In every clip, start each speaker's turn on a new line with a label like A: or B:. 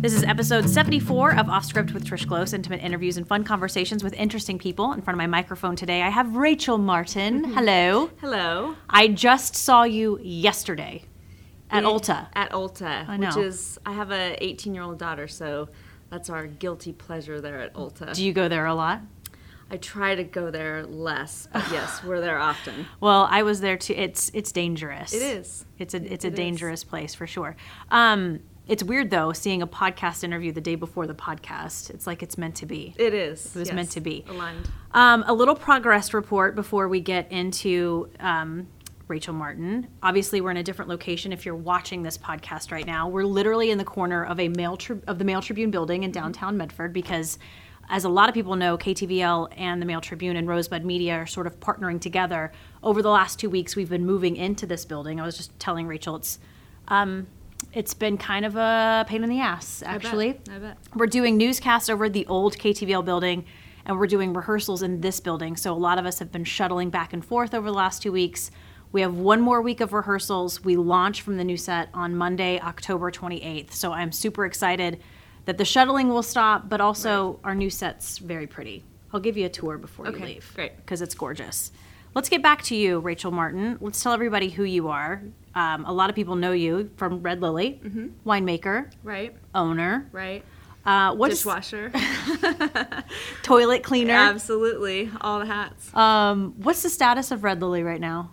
A: This is episode 74 of Off Script with Trish Close, intimate interviews and fun conversations with interesting people. In front of my microphone today, I have Rachel Martin. Hello.
B: Hello.
A: I just saw you yesterday at
B: We-
A: Ulta.
B: At Ulta,
A: I
B: which
A: know.
B: is I have a 18 year old daughter, so that's our guilty pleasure there at Ulta.
A: Do you go there a lot?
B: I try to go there less, but yes, we're there often.
A: Well, I was there too. It's it's dangerous.
B: It is.
A: It's a it's a
B: It is.
A: dangerous place for sure. Um, it's weird though seeing a podcast interview the day before the podcast. It's like it's meant to be.
B: It is. It
A: was meant to be.
B: aligned.
A: Um, a little progress report before we get into um, Rachel Martin. Obviously, we're in a different location. If you're watching this podcast right now, we're literally in the corner of a mail tri- of the Mail Tribune building in
B: Mm-hmm.
A: downtown Medford because. As a lot of people know, KTVL and the Mail Tribune and Rosebud Media are sort of partnering together. Over the last two weeks, we've been moving into this building. I was just telling Rachel, it's um, it's been kind of a pain in the ass,
B: I bet.
A: actually
B: I bet.
A: we're doing newscasts over at the old KTVL building and we're doing rehearsals in this building. So a lot of us have been shuttling back and forth over the last two weeks. We have one more week of rehearsals. We launch from the new set on Monday, October 28th. So I'm super excited that the shuttling will stop, but also our new set's very pretty. I'll give you a tour before you
B: Okay,
A: leave.
B: great.
A: Because it's gorgeous. Let's get back to you, Rachel Martin. Let's tell everybody who you are. Um, a lot of people know you from Red Lily,
B: Mm-hmm.
A: winemaker,
B: Right.
A: owner.
B: Right.
A: Uh, what is-
B: Dishwasher.
A: toilet cleaner.
B: Absolutely. All the hats.
A: Um, what's the status of Red Lily right now?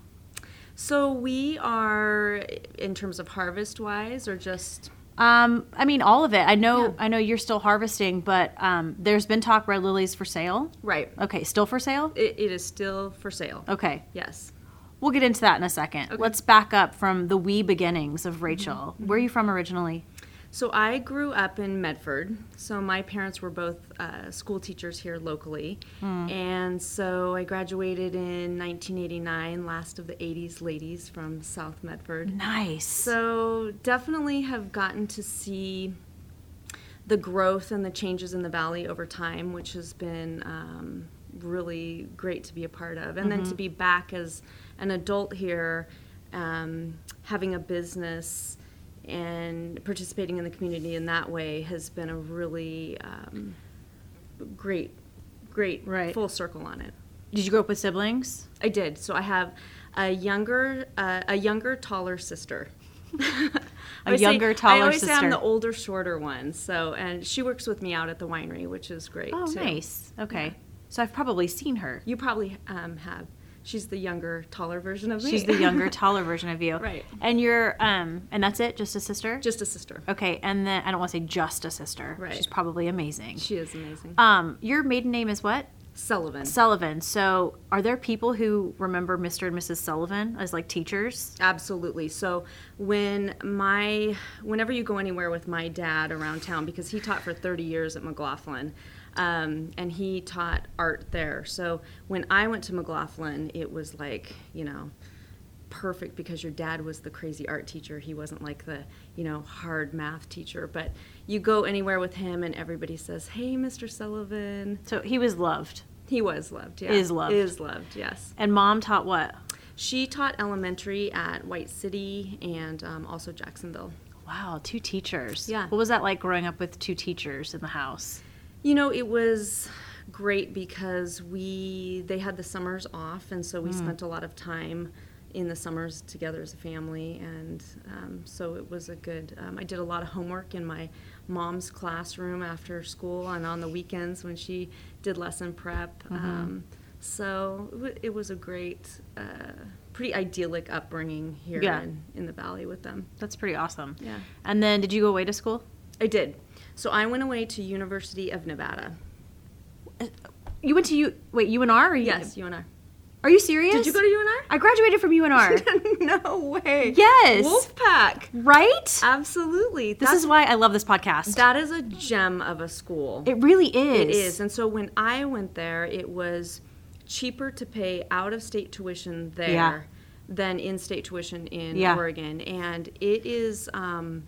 B: So we are, in terms of harvest wise, or just
A: Um, I mean, all of it. I know,
B: Yeah.
A: I know you're still harvesting, but um, there's been talk Red Lily's for sale.
B: right.
A: Okay, still for sale.
B: It, it is still for sale.
A: Okay,
B: Yes.
A: we'll get into that in a second.
B: Okay. Mm-hmm.
A: Let's back up from the wee beginnings of Rachel. Where are you from originally?
B: So I grew up in Medford. So my parents were both uh, school teachers here locally, and so I graduated in 1989, last of the 80s ladies from South Medford.
A: Nice.
B: So definitely have gotten to see the growth and the changes in the valley over time, which has been um, really great to be a part of. And then to be back as an adult here, um, having a business and participating in the community in that way has been a really um, great, great
A: Right.
B: full circle on it.
A: Did you grow up with siblings?
B: I did. So I have a younger, uh, a younger, taller sister.
A: A
B: I always
A: younger,
B: say,
A: taller
B: I always say
A: sister.
B: I'm the older, shorter one. So, and she works with me out at the winery, which is great.
A: Oh,
B: too.
A: nice. Okay,
B: Yeah.
A: so I've probably seen her.
B: You probably um, have. She's the younger, taller version of me.
A: She's the younger, taller version of you.
B: Right.
A: And you're, um, and that's it. Just a sister.
B: Just a sister.
A: Okay, and then I don't want to say just a sister.
B: Right.
A: She's probably amazing.
B: She is amazing.
A: Um, your maiden name is what?
B: Sullivan.
A: Sullivan. So, are there people who remember Mr. and Mrs. Sullivan as like teachers?
B: Absolutely. So when my whenever you go anywhere with my dad around town, because he taught for 30 years at McLaughlin, um, and he taught art there. So when I went to McLaughlin, it was like you know perfect because your dad was the crazy art teacher. He wasn't like the you know hard math teacher. But you go anywhere with him, and everybody says, "Hey, Mr. Sullivan."
A: So he was loved.
B: He was loved. Yeah,
A: Is loved.
B: Is loved. Yes.
A: And mom taught what?
B: She taught elementary at White City and um, also Jacksonville.
A: Wow, two teachers.
B: Yeah.
A: What was that like growing up with two teachers in the house?
B: You know, it was great because we they had the summers off, and so we spent a lot of time in the summers together as a family, and um, so it was a good. Um, I did a lot of homework in my mom's classroom after school and on the weekends when she did lesson prep. Um, so it wa- it was a great, uh, pretty idyllic upbringing here
A: Yeah.
B: in, in the valley with them.
A: That's pretty awesome.
B: Yeah.
A: And then did you go away to school?
B: I did. So I went away to University of Nevada.
A: Uh, You went to U wait, UNR or U-
B: Yes, UNR.
A: Are you serious?
B: Did you go to
A: I graduated from UNR.
B: UNR? no way.
A: Yes.
B: Wolfpack.
A: right?
B: Absolutely.
A: This is why I love this podcast.
B: that is a gem of a school.
A: it really is.
B: It is. And so when I went there, it was cheaper to pay out of state tuition there
A: Yeah.
B: than in state tuition in
A: Yeah.
B: Oregon. And it is um,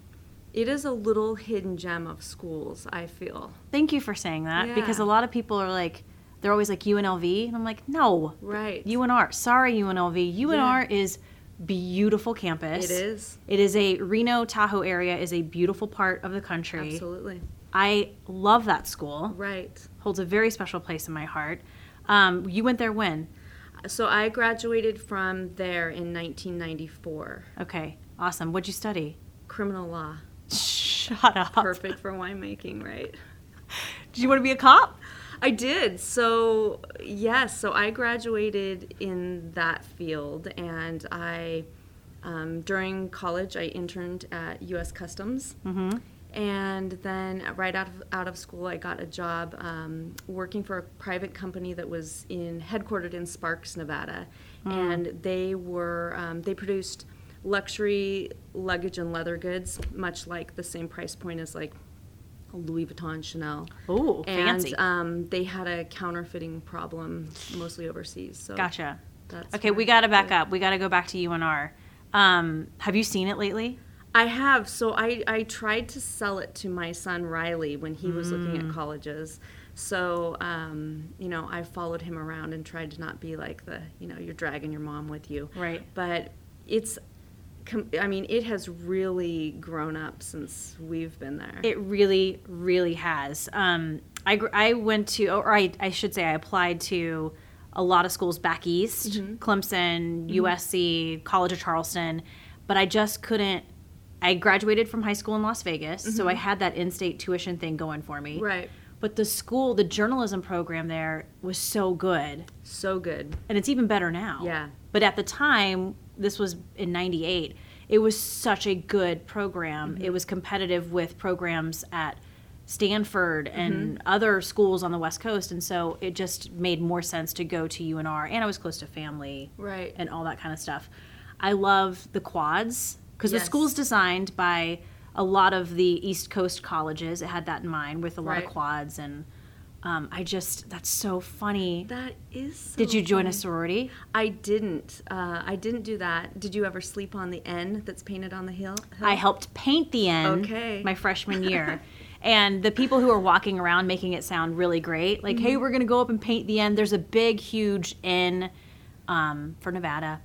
B: it is a little hidden gem of schools, I feel.
A: Thank you for saying that because a
B: Yeah.
A: lot of people are like, they're always like UNLV, and I'm like, no,
B: Right.
A: UNR. Sorry, UNLV. UNR is beautiful campus.
B: It is.
A: It is a Reno Tahoe area is a beautiful part of the country.
B: Absolutely.
A: I love that school.
B: Right.
A: Holds a very special place in my heart. Um, you went there when?
B: So I graduated from there in 1994.
A: Okay, awesome. What'd you study?
B: Criminal law.
A: Shut up.
B: Perfect for winemaking, right?
A: Did you want to be a cop?
B: I did. So, yes, so I graduated in that field, and I, um, during college, I interned at U.S. Customs. Mm-hmm. And then, right out of, out of school, I got a job um, working for a private company that was in headquartered in Sparks, Nevada,
A: Hmm.
B: and they were um, they produced luxury luggage and leather goods, much like the same price point as like Louis Vuitton, Chanel.
A: Ooh, fancy.
B: And um, they had a counterfeiting problem, mostly overseas. So
A: Gotcha.
B: Oh, That's
A: okay,
B: where
A: we
B: I
A: got to back
B: did.
A: up. We got to go back to UNR. Um, have you seen it lately?
B: I have. So I, I tried to sell it to my son Riley when he was looking
A: Mm.
B: at colleges. So, um, you know, I followed him around and tried to not be like the, you know, you're dragging your mom with you.
A: Right.
B: But it's, com- I mean, it has really grown up since we've been there.
A: It really, really has. Um, I, gr- I went to, or I, I should say, I applied to a lot of schools back east Clemson, USC, College of Charleston, but I just couldn't. I graduated from high school in Las Vegas, so I had that in state tuition thing going for me.
B: right.
A: But the school, the journalism program there was so good,
B: So good.
A: and it's even better now.
B: Yeah.
A: But at the time, this was in 98, it was such a good program.
B: Mm-hmm.
A: It was competitive with programs at Stanford
B: Mm-hmm.
A: and other schools on the West Coast. And so it just made more sense to go to UNR. And I was close to family
B: Right.
A: and all that kind of stuff. I love the quads because the
B: Yes.
A: school's designed by a lot of the East Coast colleges. It had that in mind with a lot of
B: Right.
A: quads. And um, I just, that's so funny.
B: that is so
A: Did you join
B: funny.
A: a sorority?
B: I didn't. Uh, I didn't do that. Did you ever sleep on the N that's painted on the hill? hill?
A: I helped paint the end
B: Okay.
A: my freshman year. and the people who are walking around making it sound really great, like,
B: Mm-hmm.
A: hey, we're going to go up and paint the end. There's a big, huge N um, for Nevada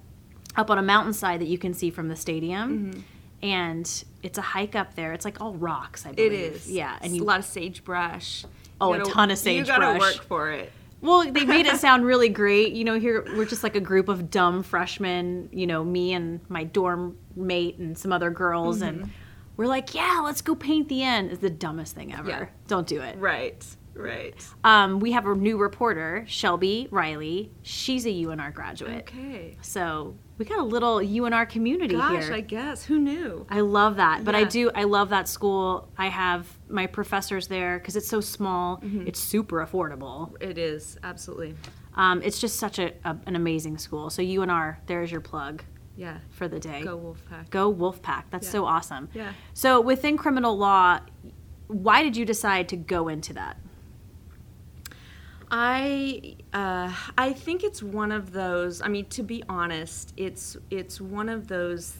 A: up on a mountainside that you can see from the stadium.
B: Mm-hmm.
A: And it's a hike up there. It's like all rocks, I believe.
B: It is.
A: Yeah. And
B: It's a
A: you,
B: lot of sagebrush. You
A: Oh, a
B: gotta-
A: ton of
B: You gotta
A: sagebrush.
B: work for it.
A: well, they made it sound really great. You know, here we're just like a group of dumb freshmen, you know, me and my dorm mate and some other girls.
B: Mm-hmm.
A: And we're like, yeah, let's go paint the end. It's the dumbest thing ever.
B: Yeah.
A: Don't do it.
B: Right. Right.
A: Um, we have a new reporter, Shelby Riley. She's a UNR graduate.
B: Okay.
A: So we got a little UNR community
B: Gosh,
A: here.
B: I guess. Who knew?
A: I love that. But I
B: Yeah.
A: do, I love that school. I have my professors there because it's so small,
B: Mm-hmm.
A: it's super affordable.
B: It is. Absolutely.
A: Um, it's just such a, a, an amazing school. So UNR, there's your plug
B: Yeah.
A: for the day.
B: Go Wolfpack.
A: Go Wolfpack. That's
B: Yeah.
A: so awesome.
B: Yeah.
A: So within criminal law, why did you decide to go into that?
B: I uh, I think it's one of those. I mean, to be honest, it's it's one of those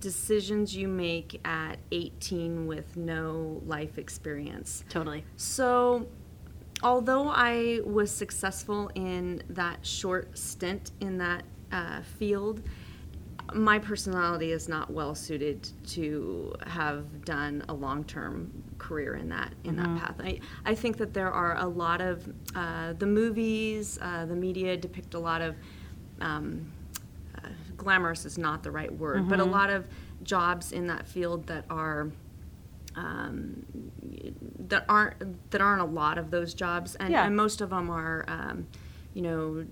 B: decisions you make at 18 with no life experience.
A: Totally.
B: So, although I was successful in that short stint in that uh, field, my personality is not well suited to have done a long-term career in that in that path. I, I think that there are a lot of uh, the movies, uh, the media depict a lot of um, uh, glamorous is not the right word, but a lot of jobs in that field that are um, that aren't that aren't a lot of those jobs, and,
A: Yeah.
B: and most of them are, um, you know,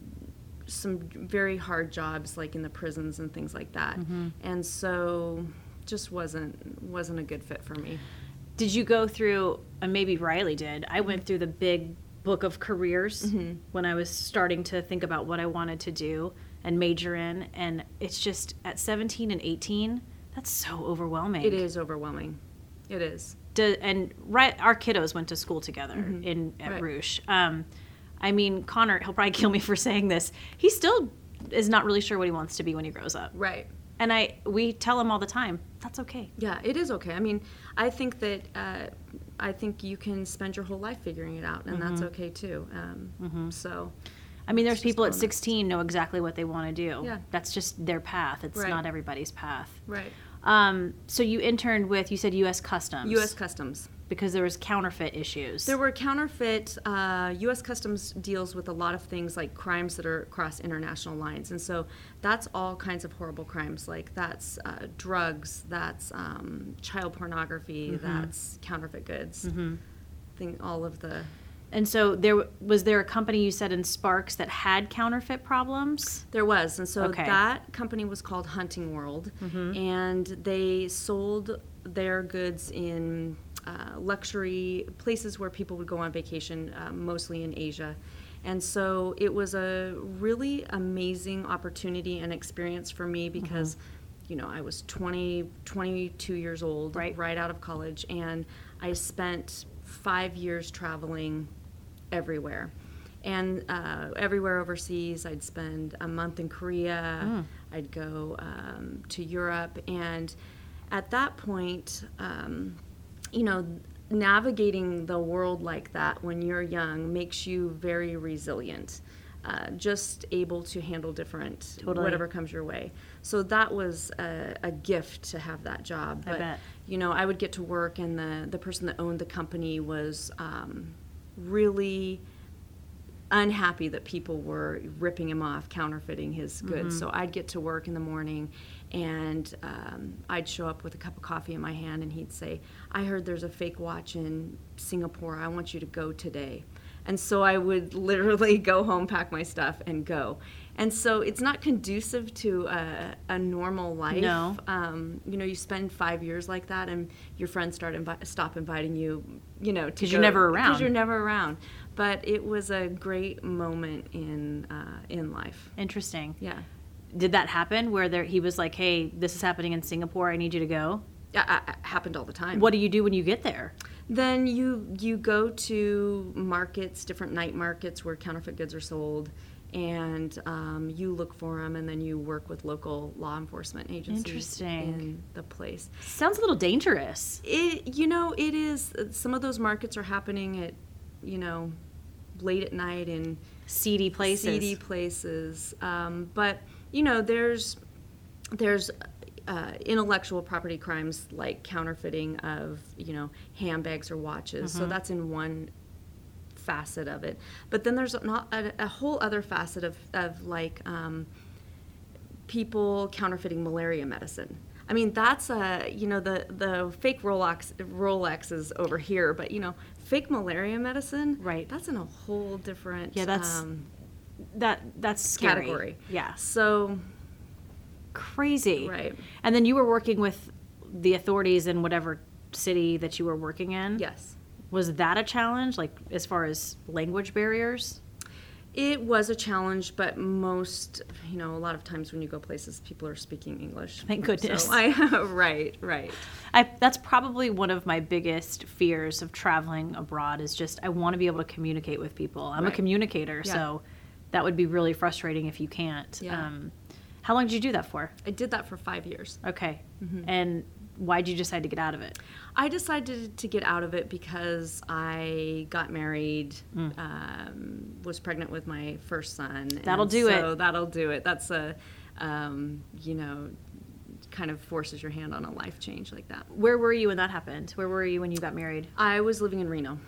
B: some very hard jobs like in the prisons and things like that. And so, just wasn't wasn't a good fit for me.
A: Did you go through, and maybe Riley did, I went through the big book of careers when I was starting to think about what I wanted to do and major in. And it's just at 17 and 18, that's so overwhelming.
B: It is overwhelming. It is.
A: do, and right, our kiddos went to school together in at
B: Mm-hmm. Right.
A: Rouge. Um, I mean, Connor, he'll probably kill me for saying this. He still is not really sure what he wants to be when he grows up,
B: Right.
A: and I we tell him all the time that's okay.
B: Yeah, it is okay. I mean, I think that uh, Mm-hmm. I think you can spend your whole life figuring it out, and that's okay too. Um, So,
A: I mean, there's people at
B: Just going
A: 16
B: on.
A: know exactly what they want to do.
B: Yeah.
A: That's just their path. It's
B: Right.
A: not everybody's path.
B: Right.
A: Um, so you interned with you said U.S. Customs.
B: U.S. Um, Customs.
A: because there was counterfeit issues.
B: There were counterfeit. Uh, U.S. Customs deals with a lot of things like crimes that are across international lines, and so that's all kinds of horrible crimes. Like that's uh, drugs, that's um, child pornography, that's counterfeit goods. Thing, all of the.
A: Mm-hmm. and so there w- was there a company you said in Sparks that had counterfeit problems.
B: There was, and so
A: Okay. Mm-hmm.
B: that company was called Hunting World, and they sold their goods in uh, luxury places where people would go on vacation, uh, mostly in Asia. And so it was a really amazing opportunity and experience for me
A: Mm-hmm.
B: because, you know, I was 20, 22 years old,
A: Right.
B: right out of college, and I spent five years traveling everywhere. And uh, everywhere overseas, I'd spend a month in Korea,
A: Hmm.
B: I'd go um, to Europe. And at that point, um, you know, navigating the world like that when you're young makes you very resilient, uh, just able to handle different,
A: Totally.
B: whatever comes your way. So that was a, a gift to have that job.
A: I
B: but,
A: bet.
B: You know, I would get to work, and the, the person that owned the company was um, really unhappy that people were ripping him off, counterfeiting his goods. So I'd get to work in the morning and um, I'd show up with a cup of coffee in my hand and he'd say, I heard there's a fake watch in Singapore. I want you to go today. And so I would literally go home, pack my stuff, and go. And so it's not conducive to a, a normal life
A: No.
B: um, you know, you spend five years like that, and your friends start invi- stop inviting you, you know,
A: 'Cause you're never around.
B: Because you're never around. But it was a great moment in uh, in life.
A: Interesting.
B: Yeah,
A: Did that happen where there he was like, "Hey, this is happening in Singapore. I need you to go."
B: yeah, I- I- happened all the time.
A: What do you do when you get there?
B: Then you you go to markets, different night markets where counterfeit goods are sold, and um, you look for them, and then you work with local law enforcement agencies
A: Interesting.
B: in the place.
A: Sounds a little dangerous.
B: It, you know, it is. uh, Some of those markets are happening at, you know, late at night in
A: Seedy places.
B: seedy places. Um, but you know, there's there's uh, intellectual property crimes like counterfeiting of you know handbags or watches.
A: Mm-hmm.
B: So that's in one facet of it. But then there's not a, a whole other facet of of like. Um, people counterfeiting malaria medicine. I mean, that's a you know the the fake Rolex Rolexes over here, but you know, fake malaria medicine.
A: Right.
B: That's in a whole different um,
A: Yeah, that's That that's scary.
B: category.
A: Yeah.
B: So
A: Crazy.
B: right.
A: And then you were working with the authorities in whatever city that you were working in.
B: Yes.
A: Was that a challenge, like as far as language barriers?
B: It was a challenge, but most, you know, a lot of times when you go places, people are speaking English.
A: Thank goodness.
B: So I, right, right.
A: I, that's probably one of my biggest fears of traveling abroad is just I want to be able to communicate with people. I'm a
B: Right.
A: communicator,
B: Yeah.
A: so that would be really frustrating if you can't.
B: Yeah.
A: Um, how long did you do that for?
B: I did that for five years.
A: Okay. And why did you decide to get out of it?
B: I decided to get out of it because I got married,
A: Mm.
B: um, was pregnant with my first son.
A: That'll
B: and
A: do it.
B: So that'll do it. That's a, um, you know, kind of forces your hand on a life change like that.
A: Where were you when that happened? Where were you when you got married?
B: I was living in Reno.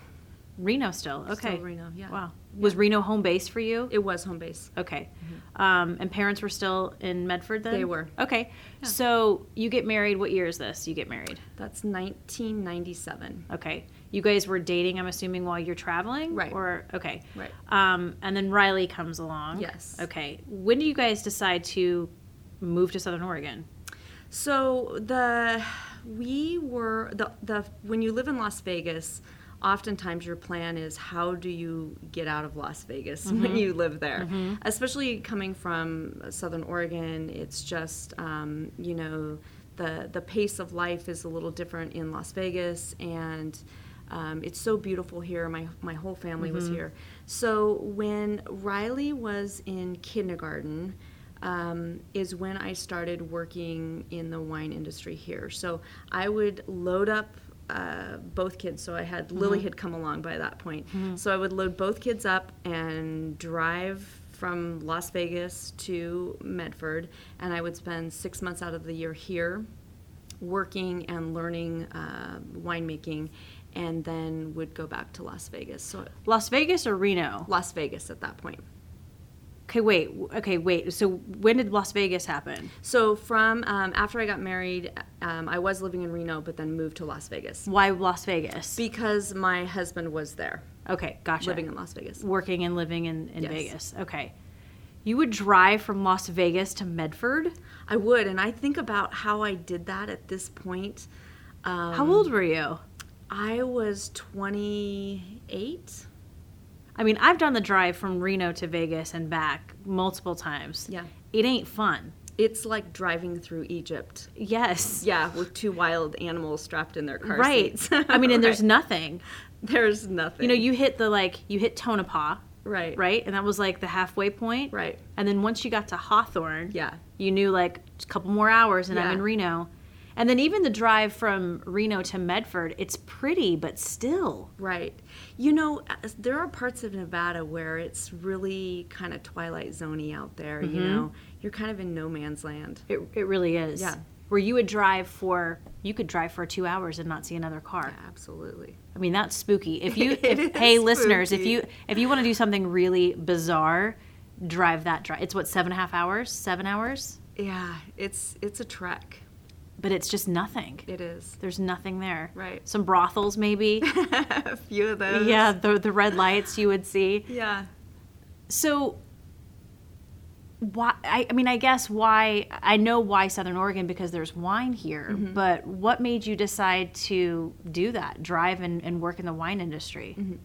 A: Reno still. Okay.
B: Still Reno, yeah.
A: Wow. Was Reno home base for you?
B: It was home base.
A: Okay. Um, and parents were still in Medford then?
B: They were.
A: Okay. So you get married. What year is this? You get married.
B: That's 1997.
A: Okay. You guys were dating, I'm assuming, while you're traveling?
B: Right.
A: Or, okay.
B: Right.
A: Um, and then Riley comes along.
B: Yes.
A: Okay. When do you guys decide to move to Southern Oregon?
B: So the we were the the when you live in Las Vegas, oftentimes your plan is how do you get out of Las Vegas when you live there, especially coming from Southern Oregon. It's just um, you know the the pace of life is a little different in Las Vegas and. Um, it's so beautiful here. My my whole family was here. So when Riley was in kindergarten, um, is when I started working in the wine industry here. So I would load up uh, both kids. So I had Lily had come along by that point. So I would load both kids up and drive from Las Vegas to Medford, and I would spend six months out of the year here working and learning uh, winemaking, and then would go back to Las Vegas. So,
A: Las Vegas or Reno?
B: Las Vegas at that point.
A: Okay, wait. w- Okay, wait. So when did Las Vegas happen?
B: So, from um, after I got married, um, I was living in Reno, but then moved to Las Vegas
A: Why Las Vegas?
B: because my husband was there
A: okay, gotcha.
B: living in Las Vegas.
A: Working and living in, in
B: Yes.
A: Vegas. Okay. You would drive from Las Vegas to Medford?
B: I would, and I think about how I did that at this point. Um,
A: How old were you?
B: I was 28.
A: I mean, I've done the drive from Reno to Vegas and back multiple times.
B: Yeah.
A: It ain't fun.
B: It's like driving through Egypt.
A: Yes.
B: Yeah, with two wild animals strapped in their car
A: right.
B: seats.
A: I mean, and there's
B: Right.
A: nothing.
B: there's nothing.
A: You know, you hit the like, you hit Tonopah,
B: right,
A: right? And that was like the halfway point.
B: right.
A: And then once you got to Hawthorne,
B: Yeah,
A: you knew like a couple more hours and I'm
B: Yeah.
A: in Reno. And then even the drive from Reno to Medford, it's pretty, but still.
B: right. You know, as- there are parts of Nevada where it's really kind of twilight zoney out there. You know, you're kind of in no man's land.
A: It, it really is.
B: Yeah.
A: Where you would drive for, you could drive for two hours and not see another car.
B: Yeah, absolutely.
A: I mean, that's spooky. If you, if,
B: It is
A: hey, listeners, if
B: spooky.
A: you if you want to do something really bizarre, drive that drive. It's what seven and a half hours, seven hours,
B: Yeah, it's it's a trek.
A: but it's just nothing.
B: It is.
A: There's nothing there.
B: Right.
A: Some brothels, maybe.
B: a few of those.
A: yeah, the the red lights you would see.
B: Yeah.
A: So, why? I, I mean, I guess why? I know why Southern Oregon because there's wine here.
B: Mm-hmm.
A: But what made you decide to do that? Drive and, and work in the wine industry.
B: Mm-hmm.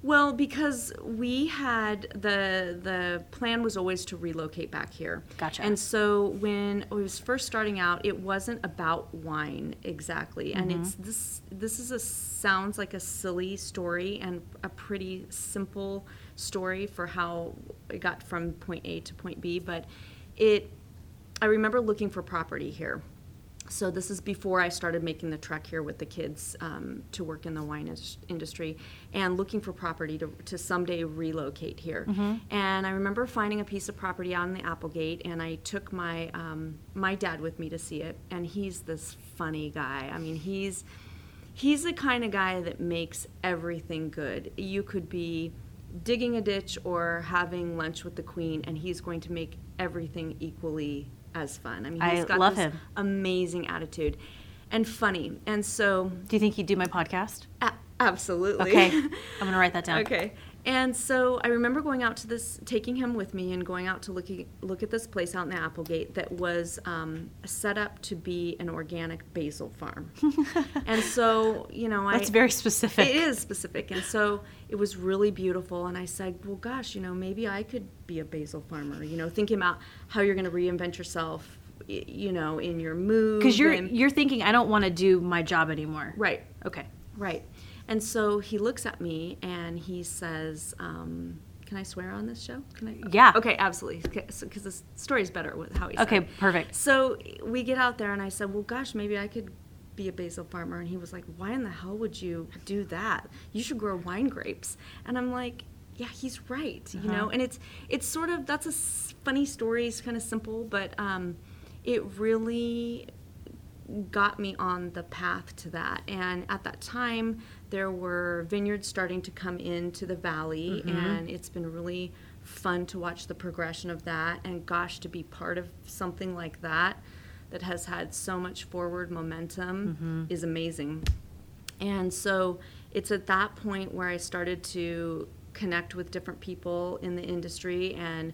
B: Well, because we had the the plan was always to relocate back here.
A: Gotcha.
B: And so when I was first starting out, it wasn't about wine exactly, and it's this this is a sounds like a silly story and a pretty simple story for how it got from point A to point B, but it I remember looking for property here. So this is before I started making the trek here with the kids um, to work in the wine indus- industry and looking for property to, to someday relocate here. And I remember finding a piece of property out in the Applegate, and I took my um, my dad with me to see it. And he's this funny guy. I mean, he's he's the kind of guy that makes everything good. You could be digging a ditch or having lunch with the queen, and he's going to make everything equally as fun. I mean,
A: I
B: he's got
A: love
B: this
A: him.
B: amazing attitude and funny. And so,
A: Do you think he'd do my podcast?
B: a- absolutely.
A: Okay, I'm gonna write that down.
B: Okay. And so I remember going out to this, taking him with me, and going out to look look at this place out in the Applegate that was um, set up to be an organic basil farm. and so, you know, I
A: That's very specific.
B: it is specific. And so it was really beautiful. And I said, well, gosh, you know, maybe I could be a basil farmer, you know, thinking about how you're going to reinvent yourself, y- you know, in your mood.
A: Because you're
B: and-
A: you're thinking I don't want to do my job anymore.
B: right.
A: Okay.
B: Right. And so he looks at me and he says, um, can I swear on this show? Can I?
A: Yeah.
B: Okay, absolutely. Because the story is better with how he said
A: Okay.
B: it.
A: Perfect.
B: So we get out there, and I said, "Well, gosh, maybe I could be a basil farmer." And he was like, "Why in the hell would you do that? You should grow wine grapes." And I'm like, "Yeah, he's right, you know." And it's it's sort of that's a s- funny story. It's kind of simple, but um, it really got me on the path to that. And at that time, there were vineyards starting to come into the valley, and it's been really fun to watch the progression of that. And gosh, to be part of something like that that has had so much forward momentum is amazing. And so it's at that point where I started to connect with different people in the industry and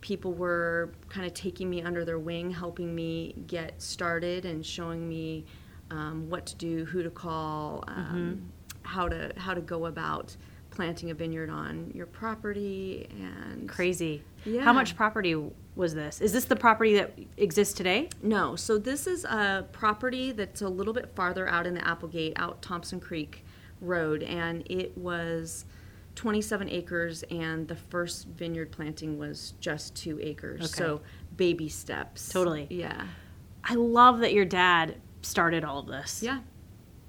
B: people were kind of taking me under their wing, helping me get started and showing me um, what to do, who to call, um, how to how to go about planting a vineyard on your property and
A: Crazy.
B: Yeah.
A: How much property was this? Is this the property that exists today?
B: No, so this is a property that's a little bit farther out in the Applegate, out Thompson Creek Road, and it was 27 acres, and the first vineyard planting was just two acres. So baby steps.
A: Totally.
B: Yeah.
A: I love that your dad started all of this.
B: Yeah.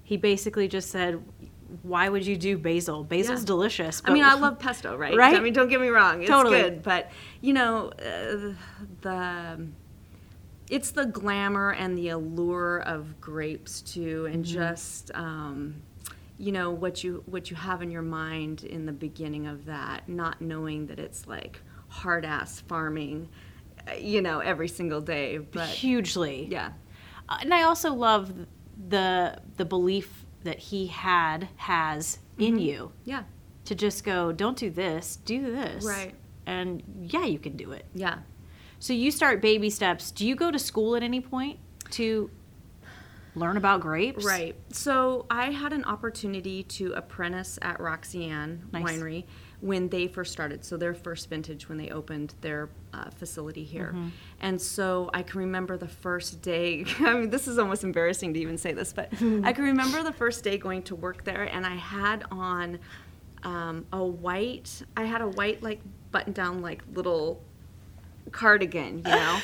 A: He basically just said, why would you do basil? Basil's
B: Yeah.
A: delicious.
B: I mean, I love pesto, right?
A: Oh. Right?
B: I mean, don't get me wrong, it's
A: Totally.
B: good, but you know, uh, the it's the glamour and the allure of grapes too, and
A: Mm-hmm.
B: just um, you know what you what you have in your mind in the beginning of that, not knowing that it's like hard ass farming, uh, you know, every single day. But
A: hugely.
B: yeah,
A: Uh, and I also love the the belief that he had has in
B: Mm-hmm.
A: you
B: yeah,
A: to just go, don't do this, do this,
B: Right.
A: And yeah, you can do it.
B: yeah.
A: So you start baby steps. Do you go to school at any point to learn about grapes?
B: Right. So I had an opportunity to apprentice at Roxanne
A: Nice.
B: Winery when they first started. So their first vintage when they opened their uh, facility here. And so I can remember the first day. I mean, this is almost embarrassing to even say this, but I can remember the first day going to work there, and I had on um, a white. I had a white like button down like little cardigan, you know?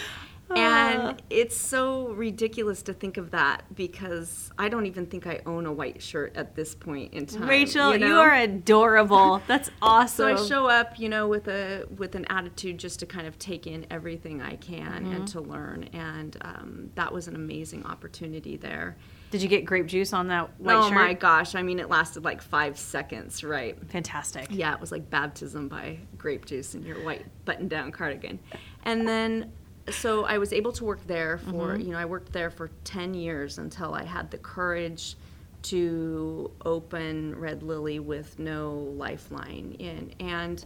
B: and it's so ridiculous to think of that because I don't even think I own a white shirt at this point in time.
A: Rachel, you,
B: know?
A: are adorable. That's
B: So
A: awesome.
B: I show up, you know, with a with an attitude just to kind of take in everything I can and to learn, and um, that was an amazing opportunity there.
A: Did you get grape juice on that white
B: oh
A: shirt?
B: my gosh! I mean, it lasted like five seconds, right?
A: Fantastic.
B: Yeah, it was like baptism by grape juice in your white button-down cardigan. And then so I was able to work there for, you know, I worked there for 10 years until I had the courage to open Red Lily with no lifeline in. And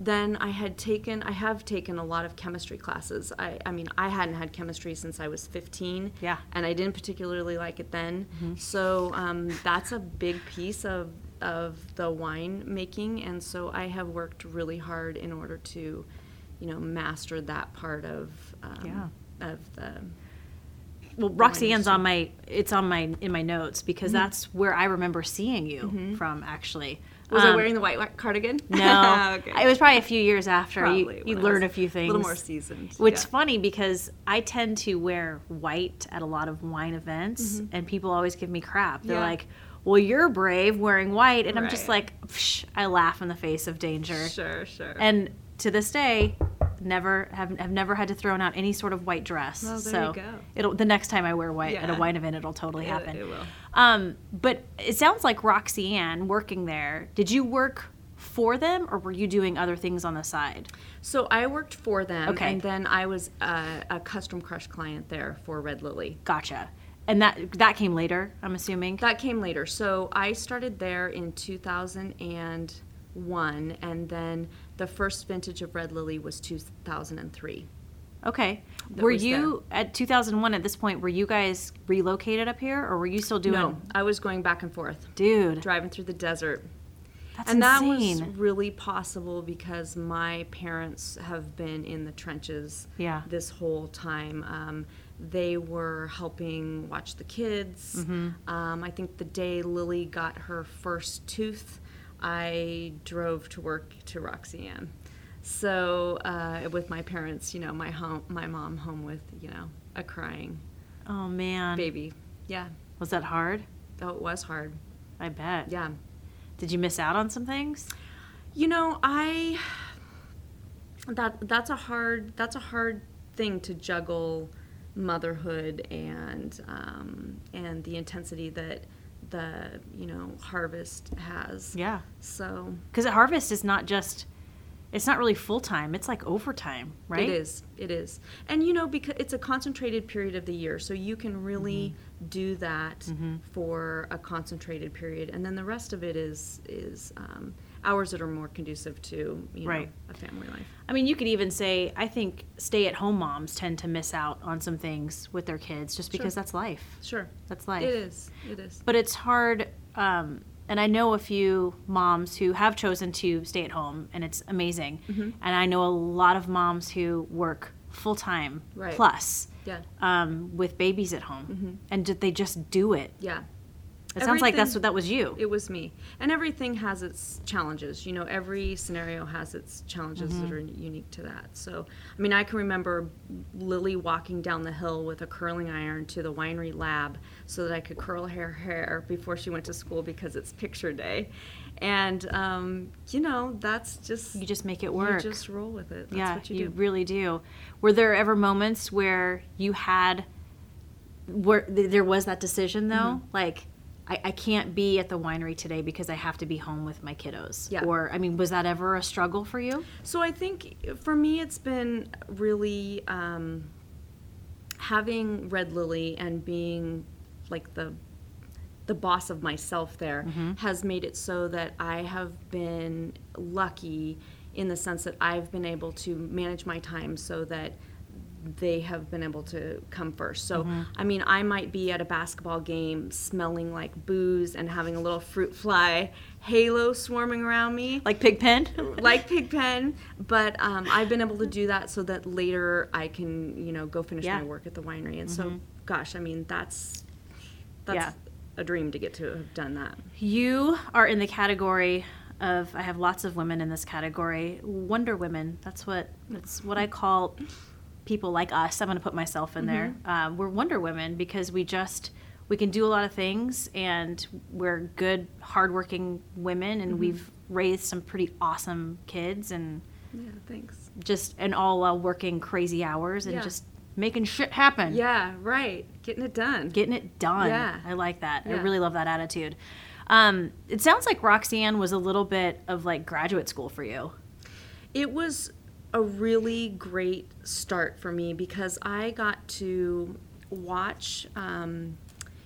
B: then I had taken, I have taken a lot of chemistry classes. I, I mean, I hadn't had chemistry since I was 15.
A: Yeah.
B: And I didn't particularly like it then. So um, that's a big piece of, of the wine making. And so I have worked really hard in order to, you know, master that part of, um, of the,
A: Well, Roxanne's on my it's on my in my notes because
B: Mm-hmm.
A: that's where I remember seeing you from actually.
B: was I
A: Um,
B: wearing the white wa- cardigan?
A: No,
B: okay.
A: it was probably a few years after
B: Probably
A: you, you
B: when I
A: learn
B: was
A: a few things.
B: A little more seasoned.
A: Which
B: yeah.
A: funny because I tend to wear white at a lot of wine events, and people always give me crap. They're
B: Mm-hmm. Yeah.
A: like, "Well, you're brave wearing white," and I'm just
B: Right.
A: like, Psh, I laugh in the face of danger.
B: Sure, sure.
A: And to this day, never have have never had to throw out any sort of white dress.
B: Well, there
A: so
B: you go.
A: it'll the next time I wear white at a
B: Yeah.
A: wine event, it'll totally
B: It-
A: happen.
B: it will.
A: Um, but it sounds like Roxanne working there. Did you work for them, or were you doing other things on the side?
B: So I worked for them,
A: Okay.
B: and then I was uh, a custom crush client there for Red Lily.
A: Gotcha. And that that came later, I'm assuming.
B: That came later. So I started there in 2001, and then the first vintage of Red Lily was 2003.
A: Okay.
B: That
A: Were
B: was
A: you at 2001 at this point? Were you guys relocated up here, or were you still doing?
B: No, I was going back and forth,
A: Dude,
B: driving through the desert.
A: that's
B: and that
A: insane.
B: was really possible because my parents have been in the trenches
A: Yeah.
B: this whole time. Um, they were helping watch the kids. Um, I think the day Lily got her first tooth, I drove to work to Roxanne. So uh, with my parents, you know, my home, my mom home with you know a crying
A: oh man,
B: baby. Yeah,
A: was that hard?
B: oh, it was hard.
A: I bet.
B: Yeah.
A: Did you miss out on some things?
B: You know, I that that's a hard that's a hard thing to juggle motherhood and um, and the intensity that the you know harvest has.
A: Yeah.
B: So
A: Because harvest is not just, it's not really full time. It's like overtime, right?
B: It is. It is. And you know, because it's a concentrated period of the year, so you can really
A: Mm-hmm.
B: do that for a concentrated period, and then the rest of it is is um, hours that are more conducive to you
A: Right.
B: know a family life.
A: I mean, you could even say I think stay at home moms tend to miss out on some things with their kids just because that's life.
B: Sure.
A: That's life.
B: It is. It is.
A: But it's hard, um, and I know a few moms who have chosen to stay at home, and it's amazing.
B: Mm-hmm.
A: And I know a lot of moms who work full time
B: Right.
A: plus
B: Yeah.
A: um, with babies at home, and did they just do it?
B: Yeah.
A: It sounds like that's
B: Everything-
A: what that was you.
B: It was me. And everything has its challenges. You know, every scenario has its challenges that
A: Mm-hmm.
B: are unique to that. So, I mean, I can remember Lily walking down the hill with a curling iron to the winery lab so that I could curl her hair before she went to school because it's picture day. And, um, you know, that's just,
A: you just make it work.
B: You just roll with it. That's
A: yeah,
B: what
A: you,
B: you, do.
A: really do. Were there ever moments where you had, where th- there was that decision though,
B: Mm-hmm.
A: like I, I can't be at the winery today because I have to be home with my kiddos.
B: Yeah.
A: Or I mean, was that ever a struggle for you?
B: So I think for me, it's been really um, having Red Lily and being like the the boss of myself there has made it so that I have been lucky in the sense that I've been able to manage my time so that they have been able to come first. So, I mean, I might be at a basketball game smelling like booze and having a little fruit fly halo swarming around me
A: Like Pigpen?
B: like Pigpen, but um, I've been able to do that so that later I can, you know, go finish
A: Yeah.
B: my work at the winery. And so, gosh, I mean, that's that's a dream to get to have done that.
A: you are in the category of I have lots of women in this category. Wonder women. That's what that's what I call people like us. I'm going to put myself in there. Uh, we're wonder women because we just we can do a lot of things, and we're good, hardworking women, and we've raised some pretty awesome kids, and
B: Yeah, thanks.
A: just and all while working crazy hours and
B: Yeah.
A: just making shit happen
B: Yeah, right. Getting it done.
A: getting it done.
B: Yeah.
A: I like that. I
B: Yeah.
A: really love that attitude. Um, it sounds like Roxanne was a little bit of like graduate school for you.
B: it was a really great start for me because I got to watch. Um,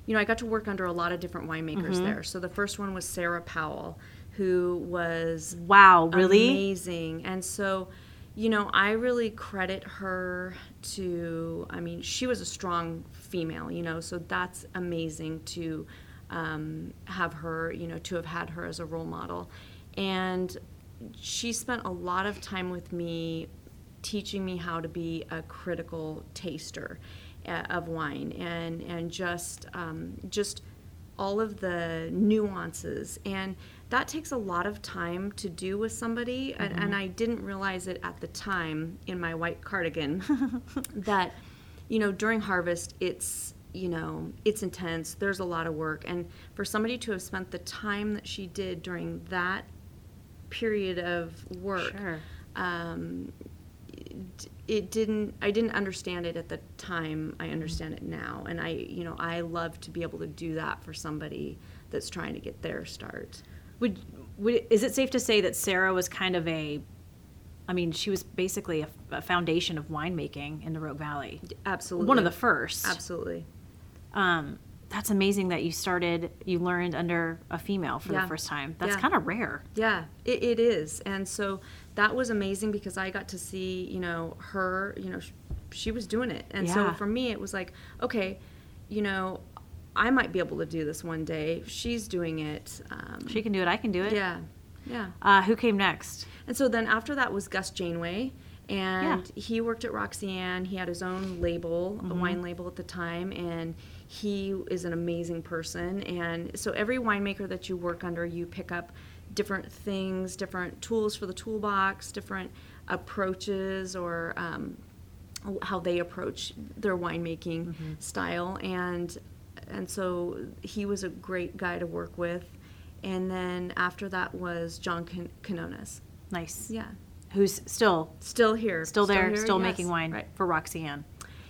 B: you know, I got to work under a lot of different winemakers there. So the first one was Sarah Powell, who was
A: Wow, really?
B: amazing. And so, you know, I really credit her to. I mean, she was a strong female. You know, so that's amazing to um, have her. You know, to have had her as a role model, and she spent a lot of time with me teaching me how to be a critical taster uh, of wine and and just um, just all of the nuances and that takes a lot of time to do with somebody and, and i didn't realize it at the time in my white cardigan that you know during harvest it's you know it's intense there's a lot of work and for somebody to have spent the time that she did during that period of work
A: Sure.
B: um, it, it didn't i didn't understand it at the time i understand it now and i you know i love to be able to do that for somebody that's trying to get their start
A: Would, would is it safe to say that Sarah was kind of a I mean, she was basically a, a foundation of winemaking in the Rogue Valley.
B: absolutely
A: One of the first.
B: absolutely
A: Um, that's amazing that you started, you learned under a female for
B: Yeah.
A: the first time. That's
B: Yeah.
A: kind of rare.
B: Yeah, it, it is. And so that was amazing because I got to see, you know, her, you know, sh- she was doing it. And
A: Yeah.
B: so for me, it was like, okay, you know, I might be able to do this one day. She's doing it. Um,
A: She can do it, I can do it.
B: yeah, yeah.
A: Uh, who came next?
B: And so then after that was Gus Janeway. And he worked at Roxanne. He had his own label, a wine label at the time, and he is an amazing person. And so every winemaker that you work under, you pick up different things, different tools for the toolbox, different approaches, or um, how they approach their winemaking style and and so he was a great guy to work with and then after that was John Can- Canonas
A: Nice.
B: yeah
A: Who's still
B: still here
A: still there, still,
B: yes.
A: making wine
B: right
A: for Roxanne.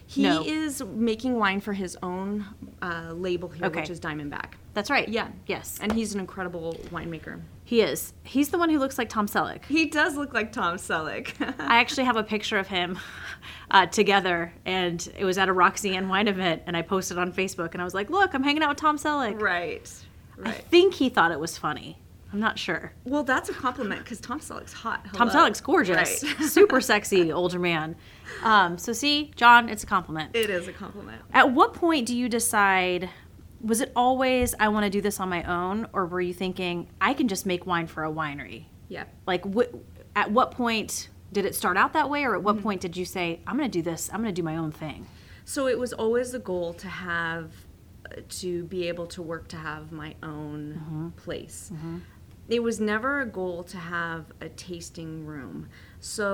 B: he
A: No.
B: is making wine for his own uh, label here
A: Okay.
B: which is Diamondback
A: That's right.
B: yeah
A: Yes.
B: and he's an incredible winemaker
A: he is. He's the one who looks like Tom Selleck.
B: he does look like Tom Selleck
A: I actually have a picture of him uh, together, and it was at a Roxanne wine event, and I posted on Facebook, and I was like, "Look, I'm hanging out with Tom Selleck."
B: right
A: I
B: right
A: think he thought it was funny. I'm not sure.
B: well that's a compliment because Tom Selleck's hot
A: Tom
B: Hello.
A: Selleck's gorgeous,
B: Right.
A: super sexy older man. Um, so see, John, it's a compliment.
B: it is a compliment
A: At what point do you decide? Was it always I want to do this on my own, or were you thinking I can just make wine for a winery?
B: yeah
A: Like, what? At what point did it start out that way, or at
B: Mm-hmm.
A: what point did you say I'm going to do this? I'm going to do my own thing.
B: So it was always the goal to have uh, to be able to work to have my own
A: Mm-hmm.
B: place. It was never a goal to have a tasting room. So